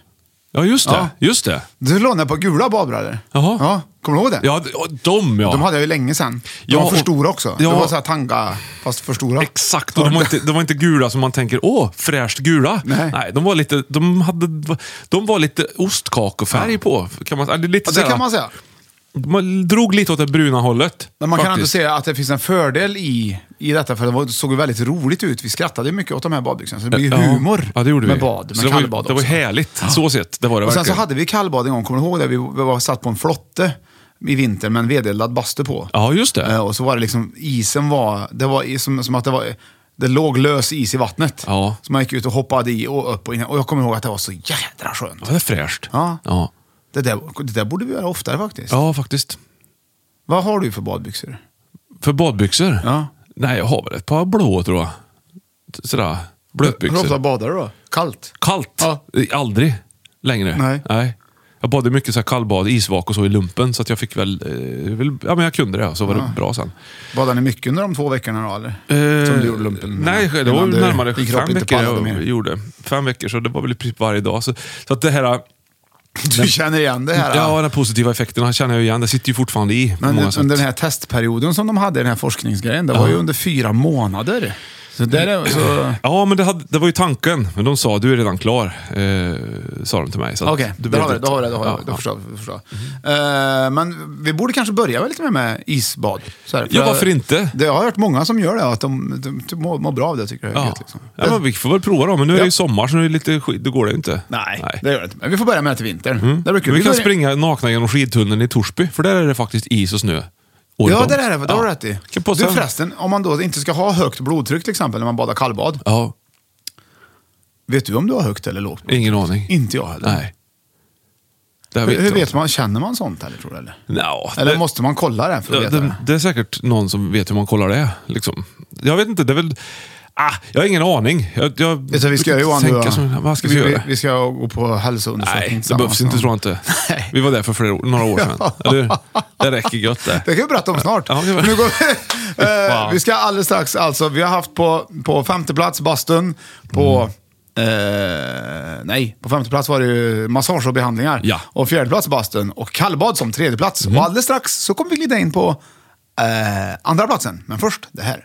ja just det.
Ja.
Just det.
Du lånade på gula badbrallor.
Jaha.
Ja, kommer du ihåg det?
Ja, d- och de ja.
De hade jag ju länge sedan. De
Ja,
var för
och-
stora också.
Ja.
Det var så här tanga, fast för stora.
Exakt, och de var, inte, de var inte gula som man tänker, åh, fräscht gula.
Nej.
de var lite, de hade, de var lite ostkakofärg på. Kan man, eller lite
Ja, det
såhär-
kan man säga.
Man drog lite åt det bruna hållet.
Men man kan ändå
faktiskt.
säga att det finns en fördel i, i detta, för det var- det såg ju väldigt roligt ut. Vi skrattade ju mycket åt de här badbyxorna, så det blir ju humor
ja, det gjorde
med
vi.
bad,
Så
med
det var, ju-
kallbad
Det var ju
också.
härligt, så sett. Det var det
Och sen så
verkligen.
hade vi kallbad en gång, kommer du ihåg det? Vi, vi var satt på en flotte i vinter med en vedeldad bastu på.
Ja, just det.
Eh, Och så var det liksom, isen var, det var i- som, som att det var, det låg lös is i vattnet.
Ja.
Så man gick ut och hoppade i och upp och in. Och jag kommer ihåg att det var så jädra skönt.
Ja, det är fräscht.
Ja.
Ja.
Det där, det där borde vi göra oftare faktiskt.
Ja, faktiskt.
Vad har du för badbyxor?
För badbyxor?
Ja.
Nej, jag har väl ett par blå tror jag. Sådär,
Hur ofta
blötbyxor.
badar du då? Kallt?
Kallt?
Ja.
Aldrig längre.
Nej.
Jag badade mycket så här kallbad, isvak och så i lumpen, så att jag fick väl... Eh, väl ja, men jag kunde det, så var det bra sen.
Badar ni mycket under de två veckorna då eller?
Eh,
Som du gjorde lumpen?
Nej, det var
Innan du-
närmare
din kropp
fem
inte
veckor
pallade
jag
mer.
gjorde. Fem veckor, så det var väl i princip varje dag. Så, så att det här...
Du känner igen det här?
Ja, den positiva effekten känner jag igen. Det sitter ju fortfarande i. på
Men
många
under den
sätt.
här testperioden som de hade, den här forskningsgrejen, det var ju under fyra månader. Så där är, så,
Ja, men det, hade, det var ju tanken. Men de sa, du är redan klar, eh, sa de till mig. Så att
Okej,
du
då
vet
har vi det.
inte.
Då har vi det, då har vi
Ja,
det. Då
ja.
förstår jag, då förstår jag. Eh, men vi borde kanske börja lite mer med isbad. Så här, för
Ja,
jag-
varför inte?
Det, jag har hört många som gör det, att de, de, de mår, mår bra av det tycker jag. är
Ja.
gött, liksom.
Ja, men vi får väl prova då, men nu är det ju
Ja.
sommar så nu är det lite skit, då går det ju inte.
Nej, det gör det inte. Men vi får börja med det till vintern. Det blir kul.
Mm. Vi kan
börjar-
springa nakna genom skidtunneln i Torsby, för där är det faktiskt is och snö. året
Ja,
om.
det där är det. Det har
Ja.
du rätt i.
Kan på
Du
sen-
förresten, om man då inte ska ha högt blodtryck till exempel när man badar kallbad.
Ja,
Vet du om du har högt eller lågt?
ingen aning.
Inte jag heller.
Nej. Det här
Hur, hur
jag
vet
inte.
man? Känner man sånt eller tror du? Eller,
Nja,
eller
det-
måste man kolla det för att
Ja,
veta
det,
det?
det är säkert någon som vet hur man kollar det. Liksom. Jag vet inte, det är väl... Ah, jag har ingen aning. Jag, jag
Vet du vad vi ska göra Johan? du och
tänka
jag?
som, vad ska vi, göra?
Vi ska gå på hälsoundersökning
Nej, det
tillsammans
behövs inte
någon-
tror jag inte.
Nej.
Vi var där för flera, år- några år sedan. Eller hur? Det räcker gött det.
Det kan vi berätta om snart.
Ja, det var-
nu går vi, eh,
Wow.
vi ska alldeles strax, alltså, vi har haft på, på femte plats bastun, på...
Mm.
Eh, nej, på femte plats var det ju massage och behandlingar.
Ja. Mm.
Och fjärde plats bastun och kallbad som tredje plats. Och alldeles strax så kommer vi glida in på eh, andra platsen. Men först det här.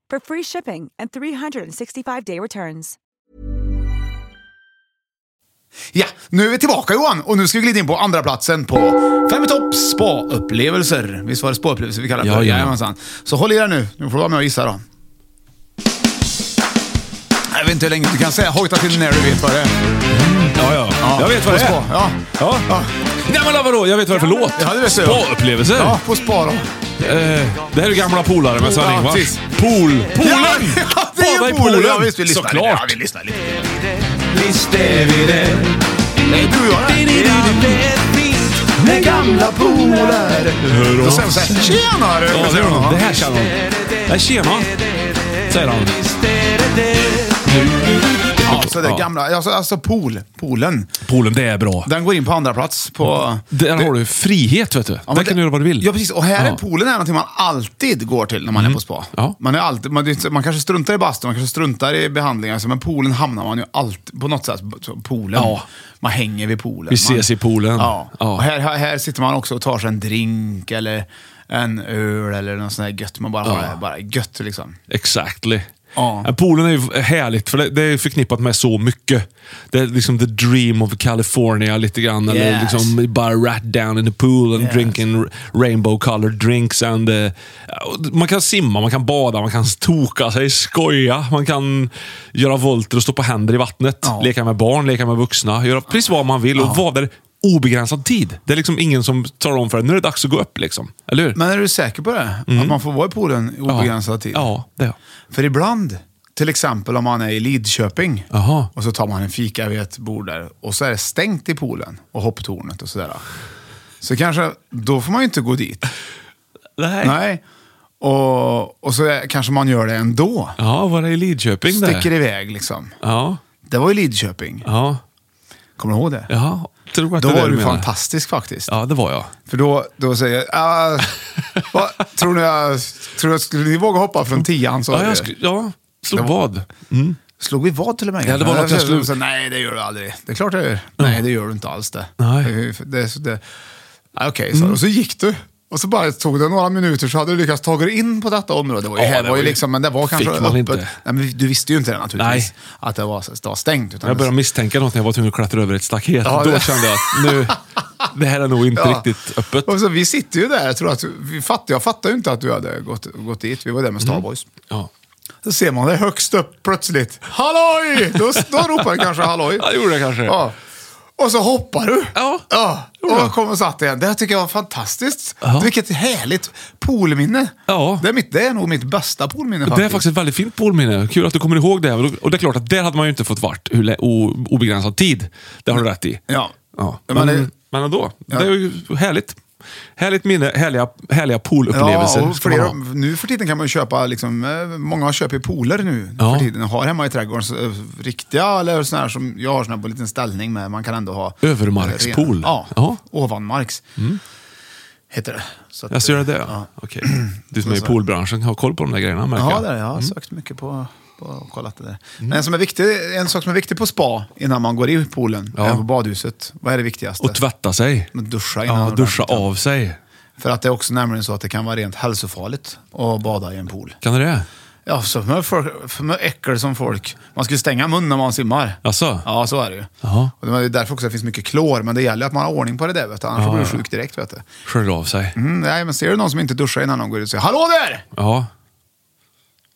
for free shipping and 365-day returns.
Ja, nu är vi tillbaka Johan och nu ska vi glida in på andra platsen på Fem i topp spa-upplevelser. Visst var det spa-upplevelser vi kallade
Ja,
för?
ja, ja.
Jajamensan. Så håll i er nu, nu får du vara med och gissa då. Jag vet inte hur länge du kan säga hojta till när du vet vad det är.
Ja, ja. Jag vet vad
på
det är.
spa. Ja.
Ja. Nej men vadå, jag vet vad det är för låt.
Ja, det vet jag.
Spa-upplevelser.
ja, på spa då.
Eh, det här är gamla polare
Ja,
med Sven-Ingvars.
precis.
Pool. Poolen!
Ja, ja, det är
Bada i
ju poolen! Ja,
poolen.
visst, vi lyssnar lite. Ja,
Såklart.
vi lyssnar lite. Visst är vi det. Nej, du och jag Med gamla polare.
Hör
Då
oss.
säger de såhär, tjenare!
Ja, det, gör de. det här känner de. Det är tjena, säger han.
Ja, så det är gamla, alltså, alltså pool, poolen.
Poolen, det är bra.
Den går in på andra plats på...
Där har du frihet, vet du.
Ja, men
Mm. Där kan du göra vad du vill.
Ja, precis. Och här är
Ja. Mm.
poolen är någonting man alltid går till när man är på spa.
Ja.
Man, är alltid, man, det är inte- man kanske struntar i bastun, man kanske struntar i behandlingar, så, men poolen hamnar man ju alltid på något sätt. så Poolen.
Ja.
Man hänger vid poolen.
Vi ses
man,
i poolen.
Ja.
Ja.
Och här, här, här sitter man också och tar sig en drink eller en öl eller något sånt där gött. Man bara har det bara gött liksom.
Exactly.
Ja.
Ja. Poolen är ju härligt, för det- det är förknippat med så mycket. Det är liksom the dream of California lite grann. Eller
Yes.
liksom bara rat down in the pool and
Yes.
drinking rainbow colored drinks. And, eh, och man kan simma, man kan bada, man kan toka sig, skoja. Man kan göra volter och stå på händer i vattnet.
Ja.
Leka med barn, leka med vuxna. Göra precis vad man vill och vara där obegränsad tid. Det är liksom ingen som tar om för det. Nu är det dags att gå upp liksom. Eller hur?
Men är du säker på det? Att man får vara i poolen i obegränsad tid?
Mm. Ja, det är jag.
För ibland, till exempel om man är i Lidköping
Jaha.
och så tar man en fika vid ett bord där och så är det stängt i poolen och hopptornet och sådär. Så kanske, då får man ju inte gå dit.
Nej.
Nej. Och, och så är, kanske man gör det ändå.
Ja, var det i Lidköping där?
Sticker iväg liksom.
Ja,
Det var ju Lidköping.
ja,
Kommer du ihåg det?
ja. Tror att
Då
det är
var
det
du
menar.
fantastisk faktiskt.
Ja, det var jag.
För då, då säger jag, "Ah, vad, tror ni jag, tror jag, skulle ni våga hoppa från tian? sa
Ja,
du.
jag sk- ja slog
Det var-
vad.
Slog vi vad till och med?
Ja, det var något jag
Så-
slog. Mm.
så, Nej, det gör du aldrig. Det är klart jag gör. Nej, det gör du inte alls det.
Nej. Mm.
Det- det- det- Ja, Okej, så, och så gick du. Och så bara tog det några minuter så hade du lyckats ta dig in på detta område. Det var ju,
Ja,
här
det
var ju
var ju-
liksom, men det var kanske
fick man
öppet.
inte.
Nej, men du visste ju inte det naturligtvis.
Nej.
Att det var, det var stängt. Utan
Jag började misstänka något när jag var tvungen att klättra över ett staket.
Ja,
Då
det-
kände jag att nu, det här är nog inte riktigt öppet.
Och så, vi sitter ju där. Jag, tror att, vi fatt, jag fattar ju inte att du hade gått, gått dit. Vi var där med
Mm.
Starboys.
Ja.
Så ser man det högst upp plötsligt. Halloj! Då, då ropar du kanske halloj.
Ja, det gjorde jag kanske.
Ja. Och så hoppar du.
Ja,
ja.
gjorde jag.
Och kom och satt igen. Det här tycker jag var fantastiskt.
Ja.
Vilket härligt poolminne.
Ja.
Det, är mitt, det är nog mitt bästa poolminne
Det är faktiskt ett väldigt fint påminne. Kul att du kommer ihåg det. Och det är klart att där hade man ju inte fått vart hur lä- o- obegränsad tid. Det har du rätt i.
Ja.
ja.
Ja,
Men,
men
men,
det-
ändå,
Ja.
det är ju härligt. Härligt minne, härliga, härliga poolupplevelser.
Ja, och
ska man
flera,
ha.
nu för tiden kan man ju köpa, liksom, eh, många köper ju pooler nu
Ja.
för tiden och har hemma i trädgården. Så, eh, riktiga eller sådana här som jag har såna här på en liten ställning med. Man kan ändå ha...
Övermarkspool.
Eh, Ja,
Ja.
ovanmarks. Heter det. Så att,
Jag ser det. där,
ja.
Ja. Okej. Du som är i poolbranschen har koll på de där grejerna märker
Ja,
jag.
det är det. jag har sökt mycket på, på och kollat det där.
Mm.
Men en, som är viktig, en sak som är viktig på spa innan man går i poolen,
Ja.
även på badhuset, vad är det viktigaste?
Och tvätta sig.
Men duscha innan.
Ja,
ordentligt,
duscha
ja.
av sig.
För att det är också nämligen så att det kan vara rent hälsofarligt att bada i en pool.
Kan du det?
Ja, så med, för, för med äckel som folk. Man ska ju stänga munnen när man simmar.
Jaså?
Ja, så är det ju.
Jaha.
Och det är därför också det finns mycket klor, men det gäller att man har ordning på det där. Vet du. Annars blir du sjuk direkt. Vet du.
Skölja av sig.
Mm, nej, men ser du någon som inte duschar innan de går ut, säg hallå där!
Ja.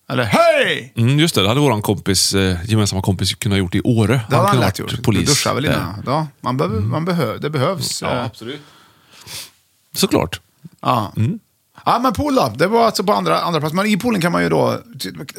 Eller hej!
Mm, just det, det hade vår kompis, eh, gemensamma kompis kunnat gjort i Åre.
Det har han
kunde
lätt
varit
gjort.
Polis.
Du duschar väl
där. Mm.
innan? Ja, man behöver, man behöver, det behövs.
Ja,
eh,
absolut. Mm. Såklart.
Ja. ja, men pool då. Det var alltså på andra, andra plats. Men i poolen kan man ju då...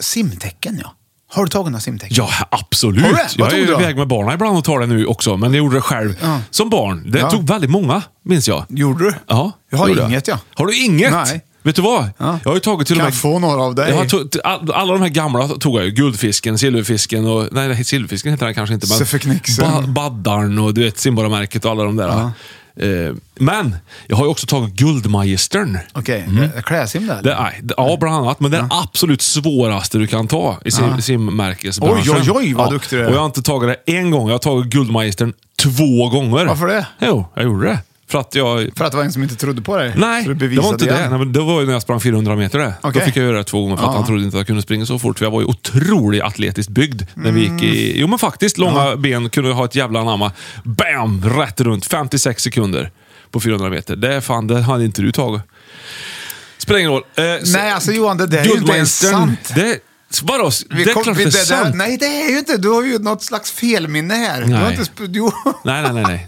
Simtecken ja. Har du tagit några simtecken?
Ja, absolut.
Har du det? Vad
Jag är
tog
ju
du då?
iväg med barnen ibland och tar det nu också, men jag gjorde det själv
Ja.
som barn. Det
Ja.
tog väldigt många, minns jag.
Gjorde du?
Ja,
Jag har
gjorde
inget, ja.
Har du inget?
Nej.
Vet du vad?
Ja.
Jag har ju tagit till och
Kan
med...
jag få några av dig?
Jag har to- t- all- alla de här gamla tog jag ju. Guldfisken, silverfisken och... Nej, nej, silverfisken heter den kanske inte, men...
Suffolk Nixon.
Ba- baddarn och du vet, Simborgarmärket och alla de där. Eh, men, jag har ju också tagit Guldmagistern.
Okej, det- kläsim där?
Det,
eller?
nej, det, ja, bland annat. Men det är absolut svåraste du kan ta i sim, simmärkesbranschen.
Oj, oj, oj, vad duktig du är.
Och jag har inte tagit det en gång. Jag har tagit Guldmagistern två gånger.
Varför det?
Jo, jag gjorde det. För att jag...
För att det var en som inte trodde på dig?
Nej,
Så du
det var
bevisade
inte det.
igen.
Nej, men det var ju när jag sprang 400 meter det.
Okej.
Då fick jag göra det två gånger för att
Ja.
han trodde inte att jag kunde springa så fort. För jag var ju otroligt atletiskt byggd när vi gick
Mm.
i... Jo men faktiskt, långa ben kunde ha ett jävla anamma. Bam! Rätt runt. 56 sekunder på 400 meter. Det fan, det hade inte du tagit. Spelar ingen roll. Eh, så-
Nej, alltså Johan, det där är ju inte ens
Guldwestern,
sant.
Det, vadå?
Vi
det är
kom-
klart
vi-
det är
det där-
sant.
Nej, det är ju inte. Du har ju något slags felminne här. Du har
Nej.
inte sp- du,
Nej, nej, nej. nej.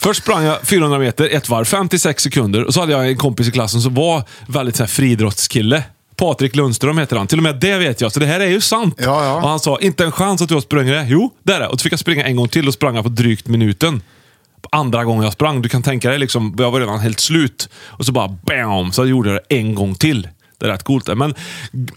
Först sprang jag 400 meter, ett varv, 56 sekunder. Och så hade jag en kompis i klassen som var väldigt så här friidrottskille. Patrik Lundström heter han. Till och med det vet jag, så det här är ju sant.
Ja, ja.
Och han sa, inte en chans att jag sprungit det. Jo, det är det. Och så fick jag springa en gång till och sprang jag på drygt minuten. Andra gången jag sprang, du kan tänka dig, liksom, jag var redan helt slut. Och så bara bam, så gjorde jag det en gång till. Det är rätt coolt. det. Men g-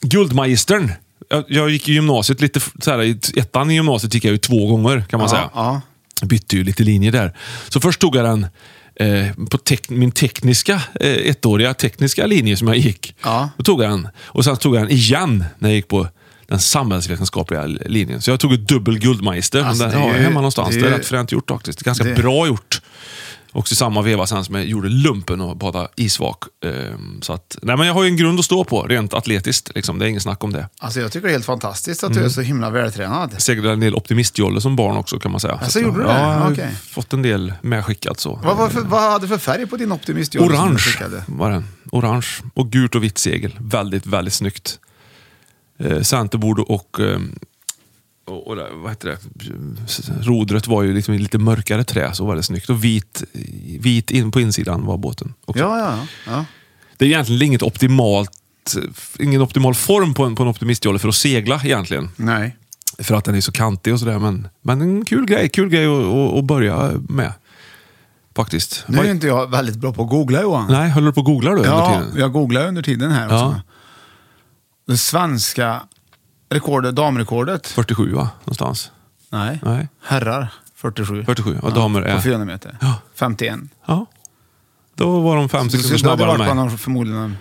Guldmagistern. Jag, jag gick i gymnasiet lite, f- så här, i t- ettan i gymnasiet gick jag ju två gånger kan man säga.
ja.
Bytte ju lite linje där. Så först tog jag den eh, på tek- min tekniska, eh, ettåriga tekniska linje som jag gick.
Ja.
Då tog jag den. Och sen tog jag den igen när jag gick på den samhällsvetenskapliga linjen. Så jag tog ett dubbel guldmeister.
Alltså,
den
det är
har jag
ju-
hemma någonstans.
det
Det
är
är,
ju-
rätt fränt gjort faktiskt. Ganska
det-
bra gjort. Också i samma veva sen som jag gjorde lumpen och badade isvak. Ehm, Så att, nej men jag har ju en grund att stå på rent atletiskt. Liksom. Det är ingen snack om det.
Alltså, jag tycker det är helt fantastiskt att
Mm.
du är så himla vältränad.
Jag seglade en del optimistjolle som barn också kan man säga.
Alltså,
Så att jag-
gjorde du det?
Ja, jag har ju
Okej.
fått en del medskickat så.
Vad, var för, vad hade du för färg på din optimist? Johan, som du
Orange
skickade?
var den. Orange och gult och vitt segel. Väldigt, väldigt snyggt. Eh, centerbord och, eh, och, och det- vad heter det? rodret var ju liksom i lite mörkare trä, så väldigt snyggt. Och vit, vit in på insidan var båten. Också.
Ja, ja, ja.
Det är egentligen inget optimalt, eh, ingen optimal form på en, på en optimistjolle för att segla egentligen.
Nej.
För att den är så kantig och sådär. Men, men en kul grej, kul grej att, att, att börja med. Faktiskt.
Nu är ju inte jag väldigt bra på att googla Johan.
Nej, höll du på att googla du under
Ja,
tiden?
jag googlar under tiden här
Ja.
också. Det svenska rekordet, damrekordet.
47 va? Någonstans.
Nej.
Nej.
Herrar 47.
47, och damer är-
På 400 meter.
Ja.
51.
Ja. Då var de fem
Så det
sekunder
hade
snabbare
varit
än mig.
på någon, förmodligen en-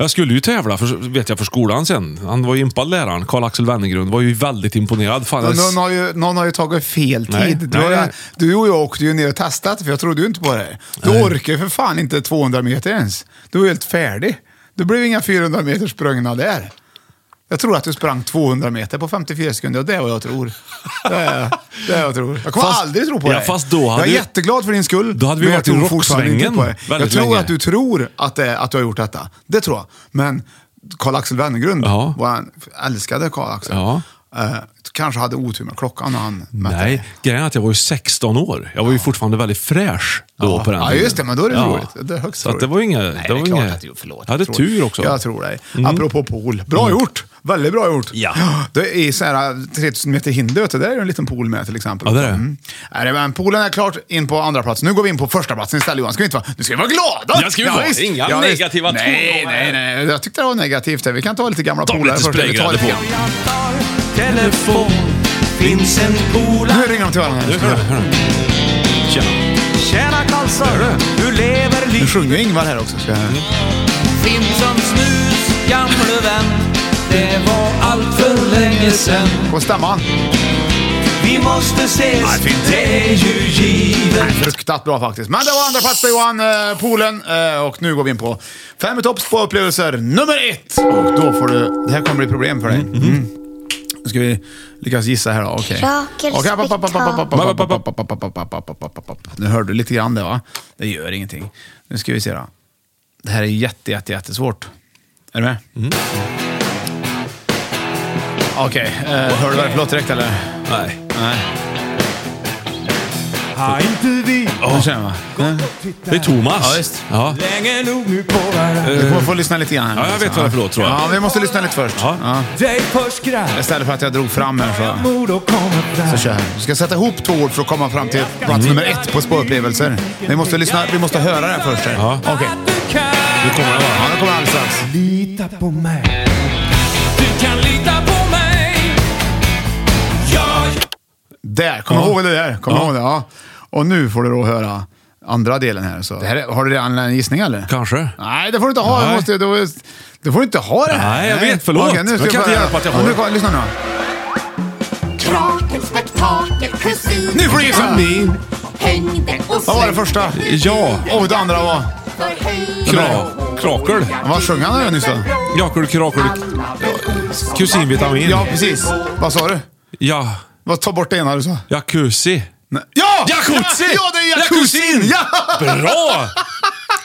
Jag skulle ju tävla för, vet jag, för skolan sen. Han var ju impad läraren, Karl-Axel Wennergrund. Var ju väldigt imponerad. Fan,
Nå-
jag s-
Någon har, ju, någon har ju tagit fel tid.
Nej,
du,
nej,
har ju-
nej.
du och jag åkte ju ner och testat, för jag trodde ju inte på det. Du orkar ju för fan inte 200 meter ens. Du är helt färdig. Det blev inga 400 meter sprungna där. Jag tror att du sprang 200 meter på 54 sekunder och det är vad jag tror. Det är, det är vad jag tror. Jag kommer
Fast-
aldrig tro på
ja,
dig.
fast då
jag
hade
är
ju-
jätteglad för din skull.
Då hade vi
men jag
varit i
tror fortfarande inte
rocksvängen
på det. Jag
väldigt
tror
länge.
att du tror att, det, att du har gjort detta. Det tror jag. Men Karl-Axel Wennergrund,
Ja.
var han, älskade Karl-Axel.
Ja.
Eh, kanske hade otur med klockan när han mätte.
Nej, grejen är att jag var ju 16 år. Jag var ju fortfarande väldigt fräsch då
Ja.
på den
Ja,
tiden.
just det, men då är det roligt. Det är högst
Så att det
roligt.
var inga...
Nej,
det var
klart
inga,
att du, förlåt.
Jag hade
tror-
tur också. Mm.
Jag tror dig. Apropå pool. Bra gjort! Väldigt bra gjort.
Ja.
Det är så här 3000 meter hinder, vet du, där är ju en liten pool med till exempel. Mm.
Ja, det är det.
Nej, det- men poolen är klart in på andra plats. Nu går vi in på första platsen istället Johan. Ska vi inte vara, nu ska vi vara glada!
Jag ska vi vara.
visst.
Inga
visst.
negativa
Nej,
tongångar.
nej, nej. Jag tyckte det var negativt. där. Vi kan ta lite gamla
Ta
polare
lite
först. Vi tar
spraygrödor
lite
på.
grann.
Telefon, finns en pola...
Nu ringer de till varandra.
Nu, hör du, hör du. Tjena.
Tjena Karlsson, du lever
Nu
livet
sjunger Ingvar här också. Ska jag...
Mm.
fint som snus, gamle vän. Det var allt för länge sen.
På stämman.
Vi måste ses, det är ju givet.
Fruktat bra faktiskt. Men det var andra plats på Johan, eh, poolen. Eh, och nu går vi in på fem i topp, två upplevelser, nummer ett. Och då får du... Det här kommer bli problem för dig. Mm. Nu ska vi lyckas gissa här då. Okej.
Rakels
Okej, app, app, app, app, app, app,
spektak.
app, app, app, app, app, app, app, app, app, app, app. Nu hörde du lite grann det va? Det gör ingenting. Nu ska vi se då. Det här är jätte, jätte, jättesvårt. Är du med?
Mm.
Okej, eh, hör du vad det är för låt direkt eller?
Nej.
Nej.
Har inte vi
Nu känner man. Nej.
Det är Thomas.
Ja, visst.
Ja. Eh.
länge nog nu på varandra?
Du kommer få lyssna lite grann. här nu
Ja, jag
också.
vet vad det är för låt, tror jag.
Ja, vi måste lyssna lite först.
Ja.
Ja.
Dig först grabb,
Istället för att jag drog fram här så,
mod och kommer fram.
så kör jag. Vi ska sätta ihop två ord för att komma fram till plats nummer ett på spårupplevelser. Vi måste, lyssna, vi måste höra det här först. här.
Ja.
Okej.
Du kan
Nu kommer det va?
Ja, nu kommer det alldeles strax.
lita på mig. Du kan lita på mig. Jag
Där, kom ihåg det där. Kom ihåg det, ja. Och nu får du då höra andra delen här. Så. Det här är, har du redan en gissning eller?
Kanske.
Nej, det får du inte ha. Du
Nej.
måste, du, du får inte ha det här.
Nej, jag vet. Förlåt.
Okej, nu ska
Jag kan
bara-
inte hjälpa att jag
Ja,
får
nu,
det.
kom- Lyssna nu. då.
Krakel, spektakel, kusin
Nu får du gissa!
Min
Hängde och
Vad var det första?
Ja.
Och det andra var?
Kra, krakel.
Vad sjöng han där nyss då?
Jakel, krakel, kusinvitamin.
Ja, precis. Vad sa du?
Ja,
Vad, ta bort det ena du sa.
jacuzzi.
Nej. Ja!
Jacuzzi!
Ja, det är jacuzzin! Ja!
Bra!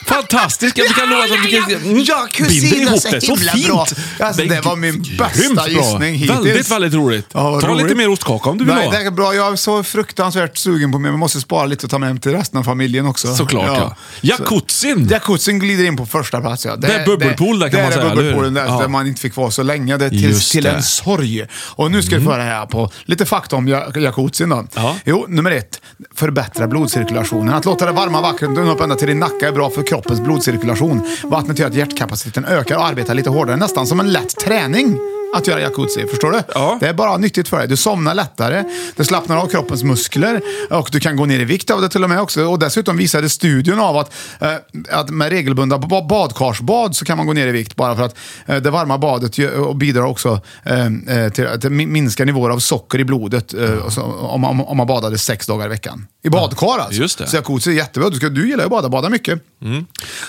Fantastiskt! Jag kan lova att de
ja, ja, kusin,
binder ihop
alltså,
det så
himla
fint.
bra. Alltså, det var min
grymt
bästa
bra.
gissning hittills.
Väldigt, väldigt roligt.
Ja, vad
Ta
roligt.
lite mer ostkaka om du vill
Nej,
ha.
det är bra. Jag är så fruktansvärt sugen på mig. Jag måste spara lite och ta med hem till resten av familjen också.
Såklart ja. Jacuzzin!
Jacuzzin glider in på första plats. Ja.
Det är bubbelpool där, kan man säga,
Det är
eller hur?
bubbelpoolen där,
Ja.
där man inte fick vara så länge. Det är
Just
till, till
det. Mm.
en sorg. Och nu ska vi få höra här på lite fakta om ja- jacuzzin. Då.
Ja.
Jo, nummer ett. Förbättra blodcirkulationen. Att låta det varma vattnet dunna upp ända till din nacke är bra för kroppens blodcirkulation. Vattnet gör att hjärtkapaciteten ökar och arbetar lite hårdare. Nästan som en lätt träning att göra jacuzzi. Förstår du?
Ja.
Det är bara nyttigt för dig. Du somnar lättare, det slappnar av kroppens muskler och du kan gå ner i vikt av det till och med också. Och dessutom visade studien av att, eh, att med regelbundna ba- badkarsbad så kan man gå ner i vikt bara för att eh, det varma badet gör- och bidrar också eh, eh, till att min- minska nivåer av socker i blodet eh, och så- om, man- om man badade sex dagar i veckan. I badkar alltså.
just det.
Så jacuzzi är jättebra. Du, ska, du gillar ju att bada, bada mycket.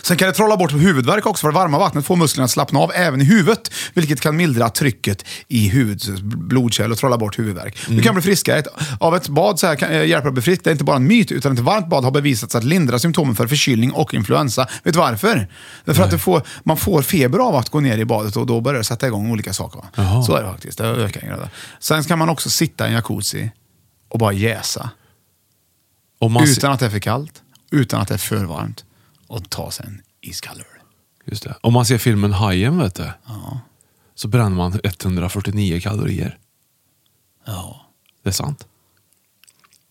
Sen kan det trolla bort huvudvärk också, för det varma vattnet får musklerna att slappna av även i huvudet, vilket kan mildra trycket i huvudets blodkärl och trolla bort huvudvärk. Du kan bli friskare Ett- av ett bad så här kan eh, hjälpa dig att bli frisk. Det är inte bara en myt, utan ett varmt bad har bevisats att lindra symptomen för förkylning och influensa. Vet du varför? Därför att du får, man får feber av att gå ner i badet och då börjar det sätta igång olika saker. va? Så är det faktiskt. Det ökar en grad. Sen kan man också sitta i en jacuzzi och bara jäsa.
Och man
Utan att det är för kallt, utan att det är för varmt. Och ta sig en iskall öl.
Just det. Om man ser filmen Hajen, vet du. Så bränner man 149 kalorier.
Ja.
Det är sant.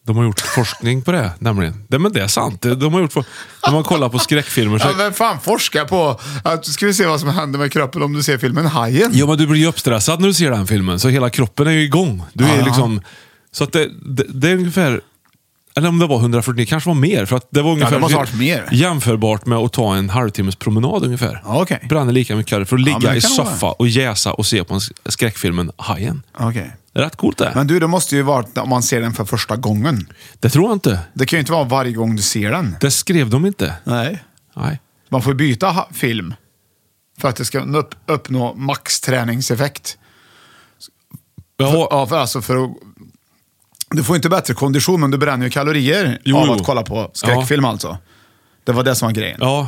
De har gjort forskning på det, nämligen. Det, men det är sant. Det- De har gjort for- När man kollar på skräckfilmer
Ja,
så...
vem fan forskar på att ska vi se vad som händer med kroppen om du ser filmen Hajen?
Jo, men du blir ju uppstressad när du ser den filmen, så hela kroppen är ju igång. Du är
Ja.
liksom... Så att det, det, det är ungefär... Eller om det var 149, kanske var mer. För att det var ungefär
det måste ha varit mer.
jämförbart med att ta en halvtimmes promenad ungefär.
Ja, okej.
Bränner lika mycket kalorier för att
Ja, men
ligga
det
i
kan det
soffa
vara.
och jäsa och se på en sk- skräckfilmen Hajen.
Okej.
Det är Rätt coolt det.
Men du, det måste ju vara om man ser den för första gången.
Det tror jag inte.
Det kan ju inte vara varje gång du ser den.
Det skrev de inte.
Nej.
Nej.
Man får byta ha- film för att det ska upp, uppnå maxträningseffekt.
Ja,
Ja, för, alltså för att, du får inte bättre kondition, men du bränner ju kalorier
Jo,
av
jo.
att kolla på skräckfilm alltså. Det var det som var grejen.
ja.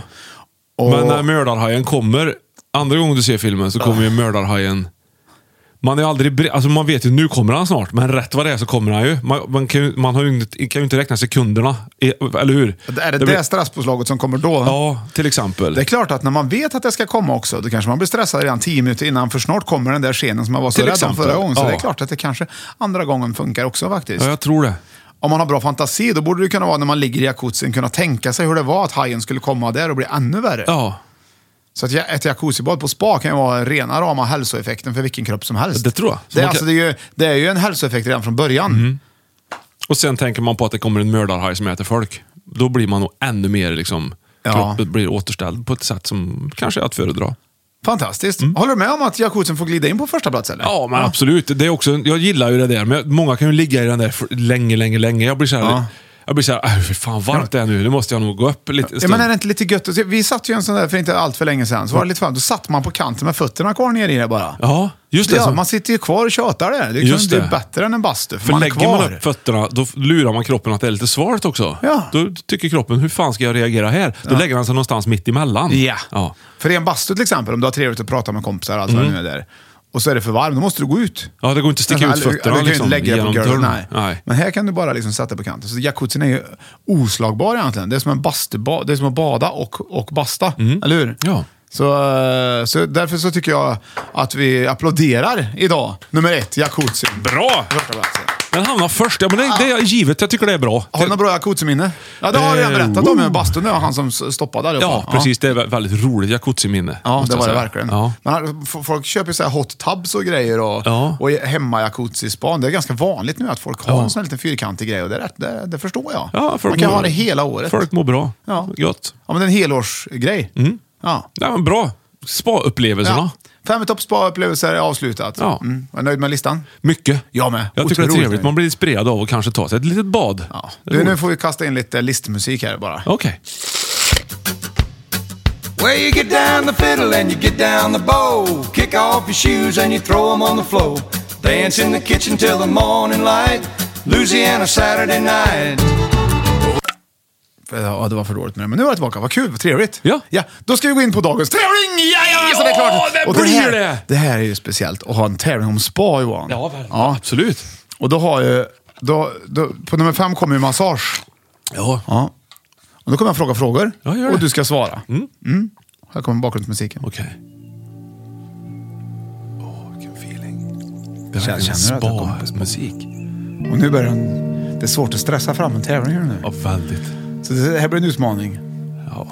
Och-
Men äh, när mördarhajen kommer, andra gången du ser filmen så kommer ju mördarhajen. Man är aldrig bre- alltså man vet ju nu kommer han snart, men rätt vad det är så kommer han ju. Man, man, kan, ju- man har ju, inte- kan ju inte räkna sekunderna, i- eller hur?
Är det det,
blir-
stresspåslaget som kommer då?
Ja, till exempel.
Det är klart att när man vet att det ska komma också, då kanske man blir stressad redan tio minuter innan, för snart kommer den där scenen som man var så
Till
rädd om
exempel,
förra gången. Så
ja.
det är klart att det kanske andra gången funkar också faktiskt.
ja, jag tror det.
Om man har bra fantasi, då borde det kunna vara när man ligger i jacuzzin, kunna tänka sig hur det var att hajen skulle komma där och bli ännu värre.
Ja,
Så att ja- ett jacuzzibad på spa kan ju vara rena rama hälsoeffekten för vilken kropp som helst.
Det tror jag. Så
Det är,
man kan- Mm.
alltså, det, är ju, det är ju en hälsoeffekt redan från början.
och sen tänker man på att det kommer en mördarhaj som äter folk. Då blir man nog ännu mer liksom,
Ja.
kroppen blir återställd på ett sätt som kanske är att föredra.
Fantastiskt. Håller du med om att jacuzzin får glida in på första plats eller?
Mm. Ja, men absolut. Det är också, jag gillar ju det där, men många kan ju ligga i den där för länge, länge, länge. Jag blir såhär,
Ja.
jag blir såhär, "Aj, fy fan varmt det är nu. Nu måste jag nog gå upp lite
Ja,
stund."
men är det inte lite gött? att se- Vi satt ju i en sån där för inte allt för länge sedan. Så var det lite fan, då satt man på kanten med fötterna kvar nere i det bara.
Ja, just det.
Ja,
som-
man sitter ju kvar och tjatar där. Det är,
Just
liksom, det.
det.
är bättre än en bastu, för,
för
man är
lägger
kvar.
man upp fötterna, då lurar man kroppen att det är lite svalt också.
Ja.
Då tycker kroppen, hur fan ska jag reagera här? Då lägger han sig någonstans mitt emellan.
Ja.
Ja.
För i en bastu till exempel, om du har trevligt att prata med kompisar och allt
Mm.
vad det nu är där. Och så är det för varmt, då måste du gå ut.
ja, det går inte att sticka ut
Alltså, du-
fötterna
du kan ju
liksom,
inte lägga dig på
genom
golvet,
dörren.
nej.
nej.
Men här kan du bara liksom sätta på kanten. Så jacuzzin är ju oslagbar egentligen. Det är som, en bastuba, det är som att bada och, och basta, eller hur?
Mm. Ja.
Så, eh, så därför så tycker jag att vi applåderar idag. Nummer ett, jacuzzin.
Bra!
Första platsen.
Den hamnar först. Ja, men det, det är givet. Jag tycker det är bra.
Har du något bra jacuzzi-minne? Ja, det har jag redan berättat om. i Bastun, det var han som s- stoppade där uppe.
Eh, Ja, precis. Det är vä- väldigt roligt jacuzzi-minne.
Ja,
måste
det
jag
var det
säga.
verkligen.
Ja.
Men här, f- folk köper så här hot tubs och grejer och,
Ja.
och hemma jacuzzi-span. Det är ganska vanligt nu att folk har
Ja.
en sån här liten fyrkantig grej och det, är rätt, det, det förstår jag.
Ja, folk
Man kan
mår-
ha det hela året.
Folk mår Mm. bra.
Ja.
Gott.
Ja, men det är en helårsgrej. Ja.
Nej, men bra. Spa-upplevelserna.
Ja. Fem i topp spa-upplevelser är avslutat.
Ja.
Mm. Var du nöjd med listan?
Mycket.
Jag med.
Jag tycker det är
Otroligt
trevligt.
nöjd.
Man blir inspirerad av att kanske ta sig ett litet bad.
Ja.
Det är
Du, nu
roligt.
får vi kasta in lite listmusik här bara.
Okej.
Well, you get down the fiddle and you get down the bow. Kick off your shoes and you throw 'em on the floor. Dance in the kitchen till the morning light. Louisiana Saturday night.
För- Ja, det var för dåligt med det. Men nu var det tillbaka. Vad kul, vad trevligt.
Ja.
ja. Då ska vi gå in på dagens tävling! Jajamensan, det är klart!
Ja, det
det, här,
blir det!
det här är ju speciellt, att ha en tävling om spa, Johan.
Ja, väl. absolut.
Och då har ju... Då, då, på nummer fem kommer ju massage.
Ja.
Ja. Och då kommer jag fråga frågor
Ja, gör det.
och du ska svara. Mm. Här kommer bakgrundsmusiken.
Okej. Åh, vilken feeling. Det här
Känner-
är
känner du att jag kommer
en
på
spa-musik.
Och nu börjar den... Det är svårt att stressa fram en tävling här nu.
Ja, väldigt.
Så det här blir en utmaning.
Ja.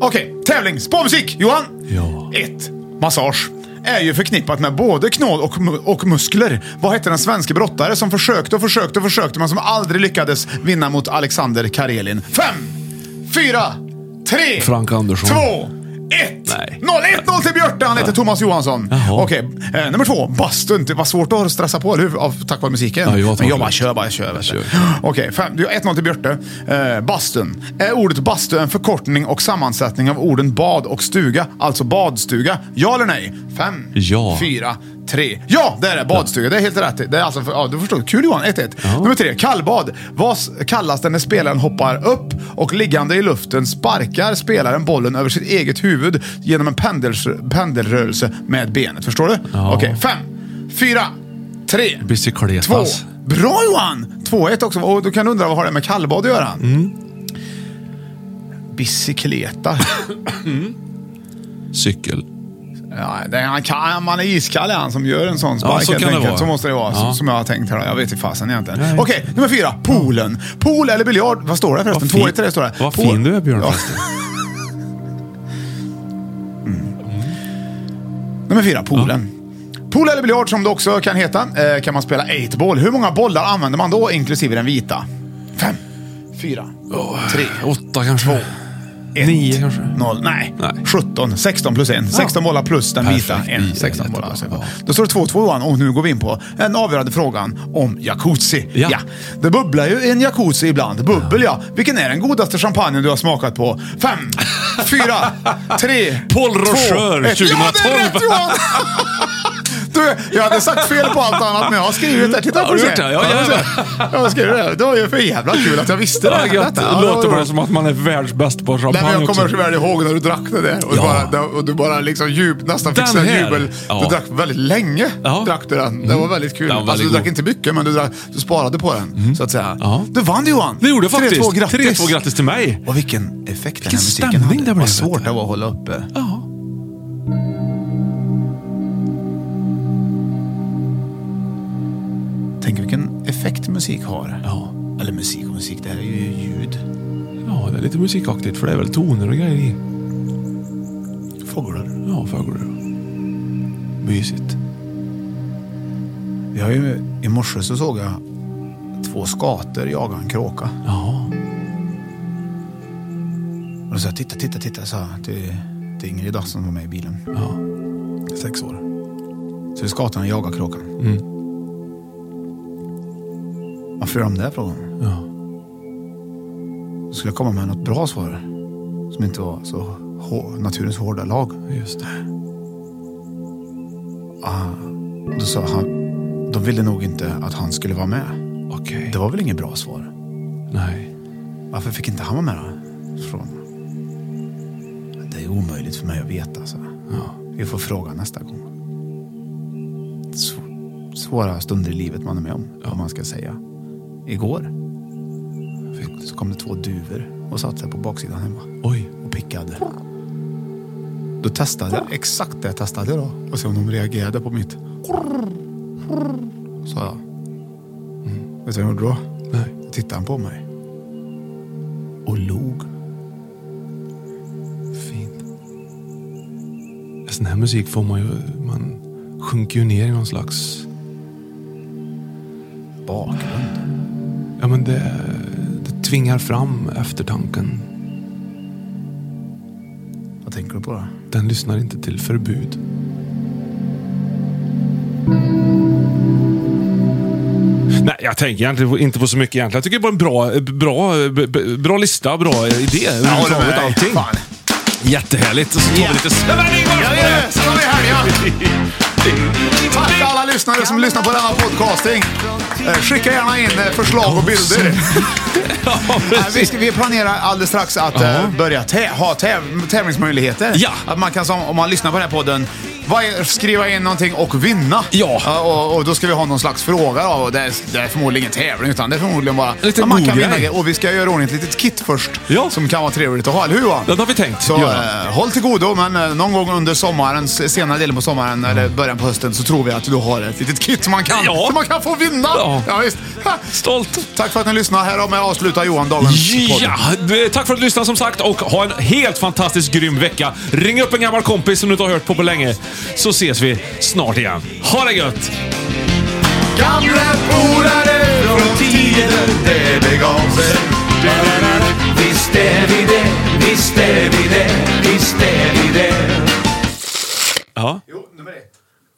Okej, tävling. Spåmusik! Johan!
Ja.
1. Massage. Är ju förknippat med både knål och, mu- och muskler. Vad hette den svenske brottare som försökte och försökte och försökte men som aldrig lyckades vinna mot Alexander Karelin? 5, 4, 3,
Frank Andersson.
2, 1. 0-1-0
Nej.
till Björte. Han heter Thomas Johansson.
Jaha.
Okej, eh, nummer två. Bastun. Det var svårt att stressa på, eller hur? Av, tack vare musiken.
Ja, jag tar
men jag
det.
bara kör, bara kör. vet du.
kör.
Okej, fem- du har 1-0 till Björte. Eh, bastun. Är ordet bastu en förkortning och sammansättning av orden bad och stuga? Alltså badstuga. Ja eller nej? Fem,
Ja.
fyra, tre. Ja, det är det. Badstuga. Det är helt rätt. Det är alltså, ja, du förstår. Kul Johan. 1-1. Nummer tre. Kallbad. Vad s- kallas det när spelaren hoppar upp och liggande i luften sparkar spelaren bollen över sitt eget huvud genom en pendels- pendelrörelse med benet? Förstår du?
Ja.
Okej, fem, fyra, tre. Två.
Bicicletas.
Bra Johan! 2-1 också. Och du kan undra vad har det med kallbad att göra? Mm. Bicykleta.
Cykel.
ja, det är, han kan, man är iskall är han som gör en sån spark
Ja, så
helt
kan det
enkelt.
vara.
Så måste det vara.
Ja.
Så, som jag har tänkt här. då. Jag vet inte fasen egentligen.
Nej.
Okej, nummer fyra. Poolen. Pool eller biljard. Vad står det förresten?
Vad fin-
2-1 till det står det.
Vad
Pool-
fin du är, Björn.
Ja. Mm. Nummer fyra, poolen. Pool eller biljard som det också kan heta, eh, kan man spela 8-boll. Hur många bollar använder man då, inklusive den vita? Fem, fyra, tre,
Åtta kanske.
Två. ett,
Nio kanske.
noll. Nej,
Nej.
17. 16 plus en. 16 bollar plus den
Perfekt.
vita. En,
Nio,
16
jättebra.
bollar. alltså.
Ja.
Då står det 2-2 Johan och nu går vi in på den avgörande frågan om jacuzzi.
Ja.
Det bubblar ju i en jacuzzi ibland. Bubbel ja. Vilken är den godaste champagnen du har smakat på? Fem, fyra, tre,
Paul Rocheur,
två, ett. Ja, det är
2012.
rätt Johan! Du, jag hade sagt fel på allt annat, men jag har skrivit det. Titta,
Har
får du
du
se.
gjort det? Ja,
får du se. Jag har skrivit det. Det var ju för jävla kul att jag visste det.
Ja, gött.
Detta. Ja,
Det låter
var-
bara som att man är världsbäst på
Nej, men
champagne
jag kommer
också.
så väl ihåg när du drack det där och,
Ja.
bara, och du bara liksom djup, nästan fick
Den
sån
här.
jubel.
Ja.
Du drack väldigt länge.
Ja.
Drack du den. Det var väldigt kul.
Den var
alltså,
väldigt
du drack
god. Mm.
inte mycket, men du, drack, du sparade på den. Så att säga.
Ja.
Du vann Johan!
Det gjorde jag faktiskt.
3-2 grattis.
3-2 grattis till mig.
Och vilken effekt den här
Vilken
musiken
stämning
hade.
det blev,
Vad
vet
svårt
du.
det var att hålla uppe.
Ja.
Tänk vilken effekt musik har.
Ja.
Eller musik och musik, det här är ju ljud.
ja, det är lite musikaktigt för det är väl toner och grejer i.
Fåglar.
Ja, fåglar. Mysigt.
Vi har ju, I morse så såg jag två skator jaga en kråka.
Ja.
Och då sa jag, titta, titta, titta, sa jag till, till Ingrid då, som var med i bilen.
ja.
Sex år. Så skatorna jagar kråkan.
Mm.
Varför gör de det frågan?
Ja.
Då skulle jag komma med något bra svar. Som inte var så hår, naturens hårda lag.
Just det.
Och då sa han, de ville nog inte att han skulle vara med.
Okej.
Det var väl inget bra svar?
Nej.
Varför fick inte han vara med då? Från. Det är omöjligt för mig att veta, så.
Ja.
Vi får fråga nästa gång. Sv- Svåra stunder i livet man är med om, om man ska säga. Igår
Fint.
så kom det två duvor och satte sig på baksidan hemma
Oj.
och pickade. Då testade jag exakt det jag testade då och se om de reagerade på mitt. Sa jag. Vet du vad jag gjorde då?
Mm. Nej.
Då tittade han på mig. Och log.
Fint. Sån här musik får man ju... Man sjunker ju ner i någon slags...
Bakgrund.
Ja, men det, det tvingar fram eftertanken.
Vad tänker du på då?
Den lyssnar inte till förbud. jag tänker egentligen inte på så mycket egentligen. Jag tycker det var en bra, bra, b- bra lista, bra idé. överhuvudtaget, allting.
Fan.
Jättehärligt. Och så tar vi lite Sven-Ingvars
Ja,
på
det är
det!
det. Så har vi helgen. Tack till alla lyssnare som lyssnar på denna podcasting. Eh, Skicka gärna in eh, förslag och bilder.
Ja,
Nej, vi,
precis.
ska, vi planerar alldeles strax att eh, börja tä- ha täv- tävlingsmöjligheter.
Ja.
Att man kan, som, om man lyssnar på den här podden, vad är- skriva in någonting och vinna. Eh,
Ja.
och, och då ska vi ha någon slags fråga då. Och det, är, det är förmodligen ingen tävling, utan det är förmodligen bara...
Lite
ja, man kan
godgrej.
vinna grejer. Och vi ska göra i ordning ett litet kit först.
Ja.
Som kan vara trevligt att ha, eller hur Johan?
Den har vi tänkt
Så
göra.
eh, håll till godo, men eh, någon gång under sommaren, s- senare delen på sommaren eller början på hösten så tror vi att du har ett litet kit som man kan,
Mm. Ja.
som man kan få vinna.
Ja.
visst. Ha.
Stolt.
Tack för att ni lyssnade. Här har jag avslutat Johan dagens podd.
Ja, d- tack för att du lyssnade som sagt och ha en helt fantastisk grym vecka. Ring upp en gammal kompis som du inte har hört på på länge så ses vi snart igen. Ha det gött!
Gamla polare från tiden det begav sig.
Visst är vi det, visst är vi det, visst är vi det.
Ja.
Jo, nummer ett.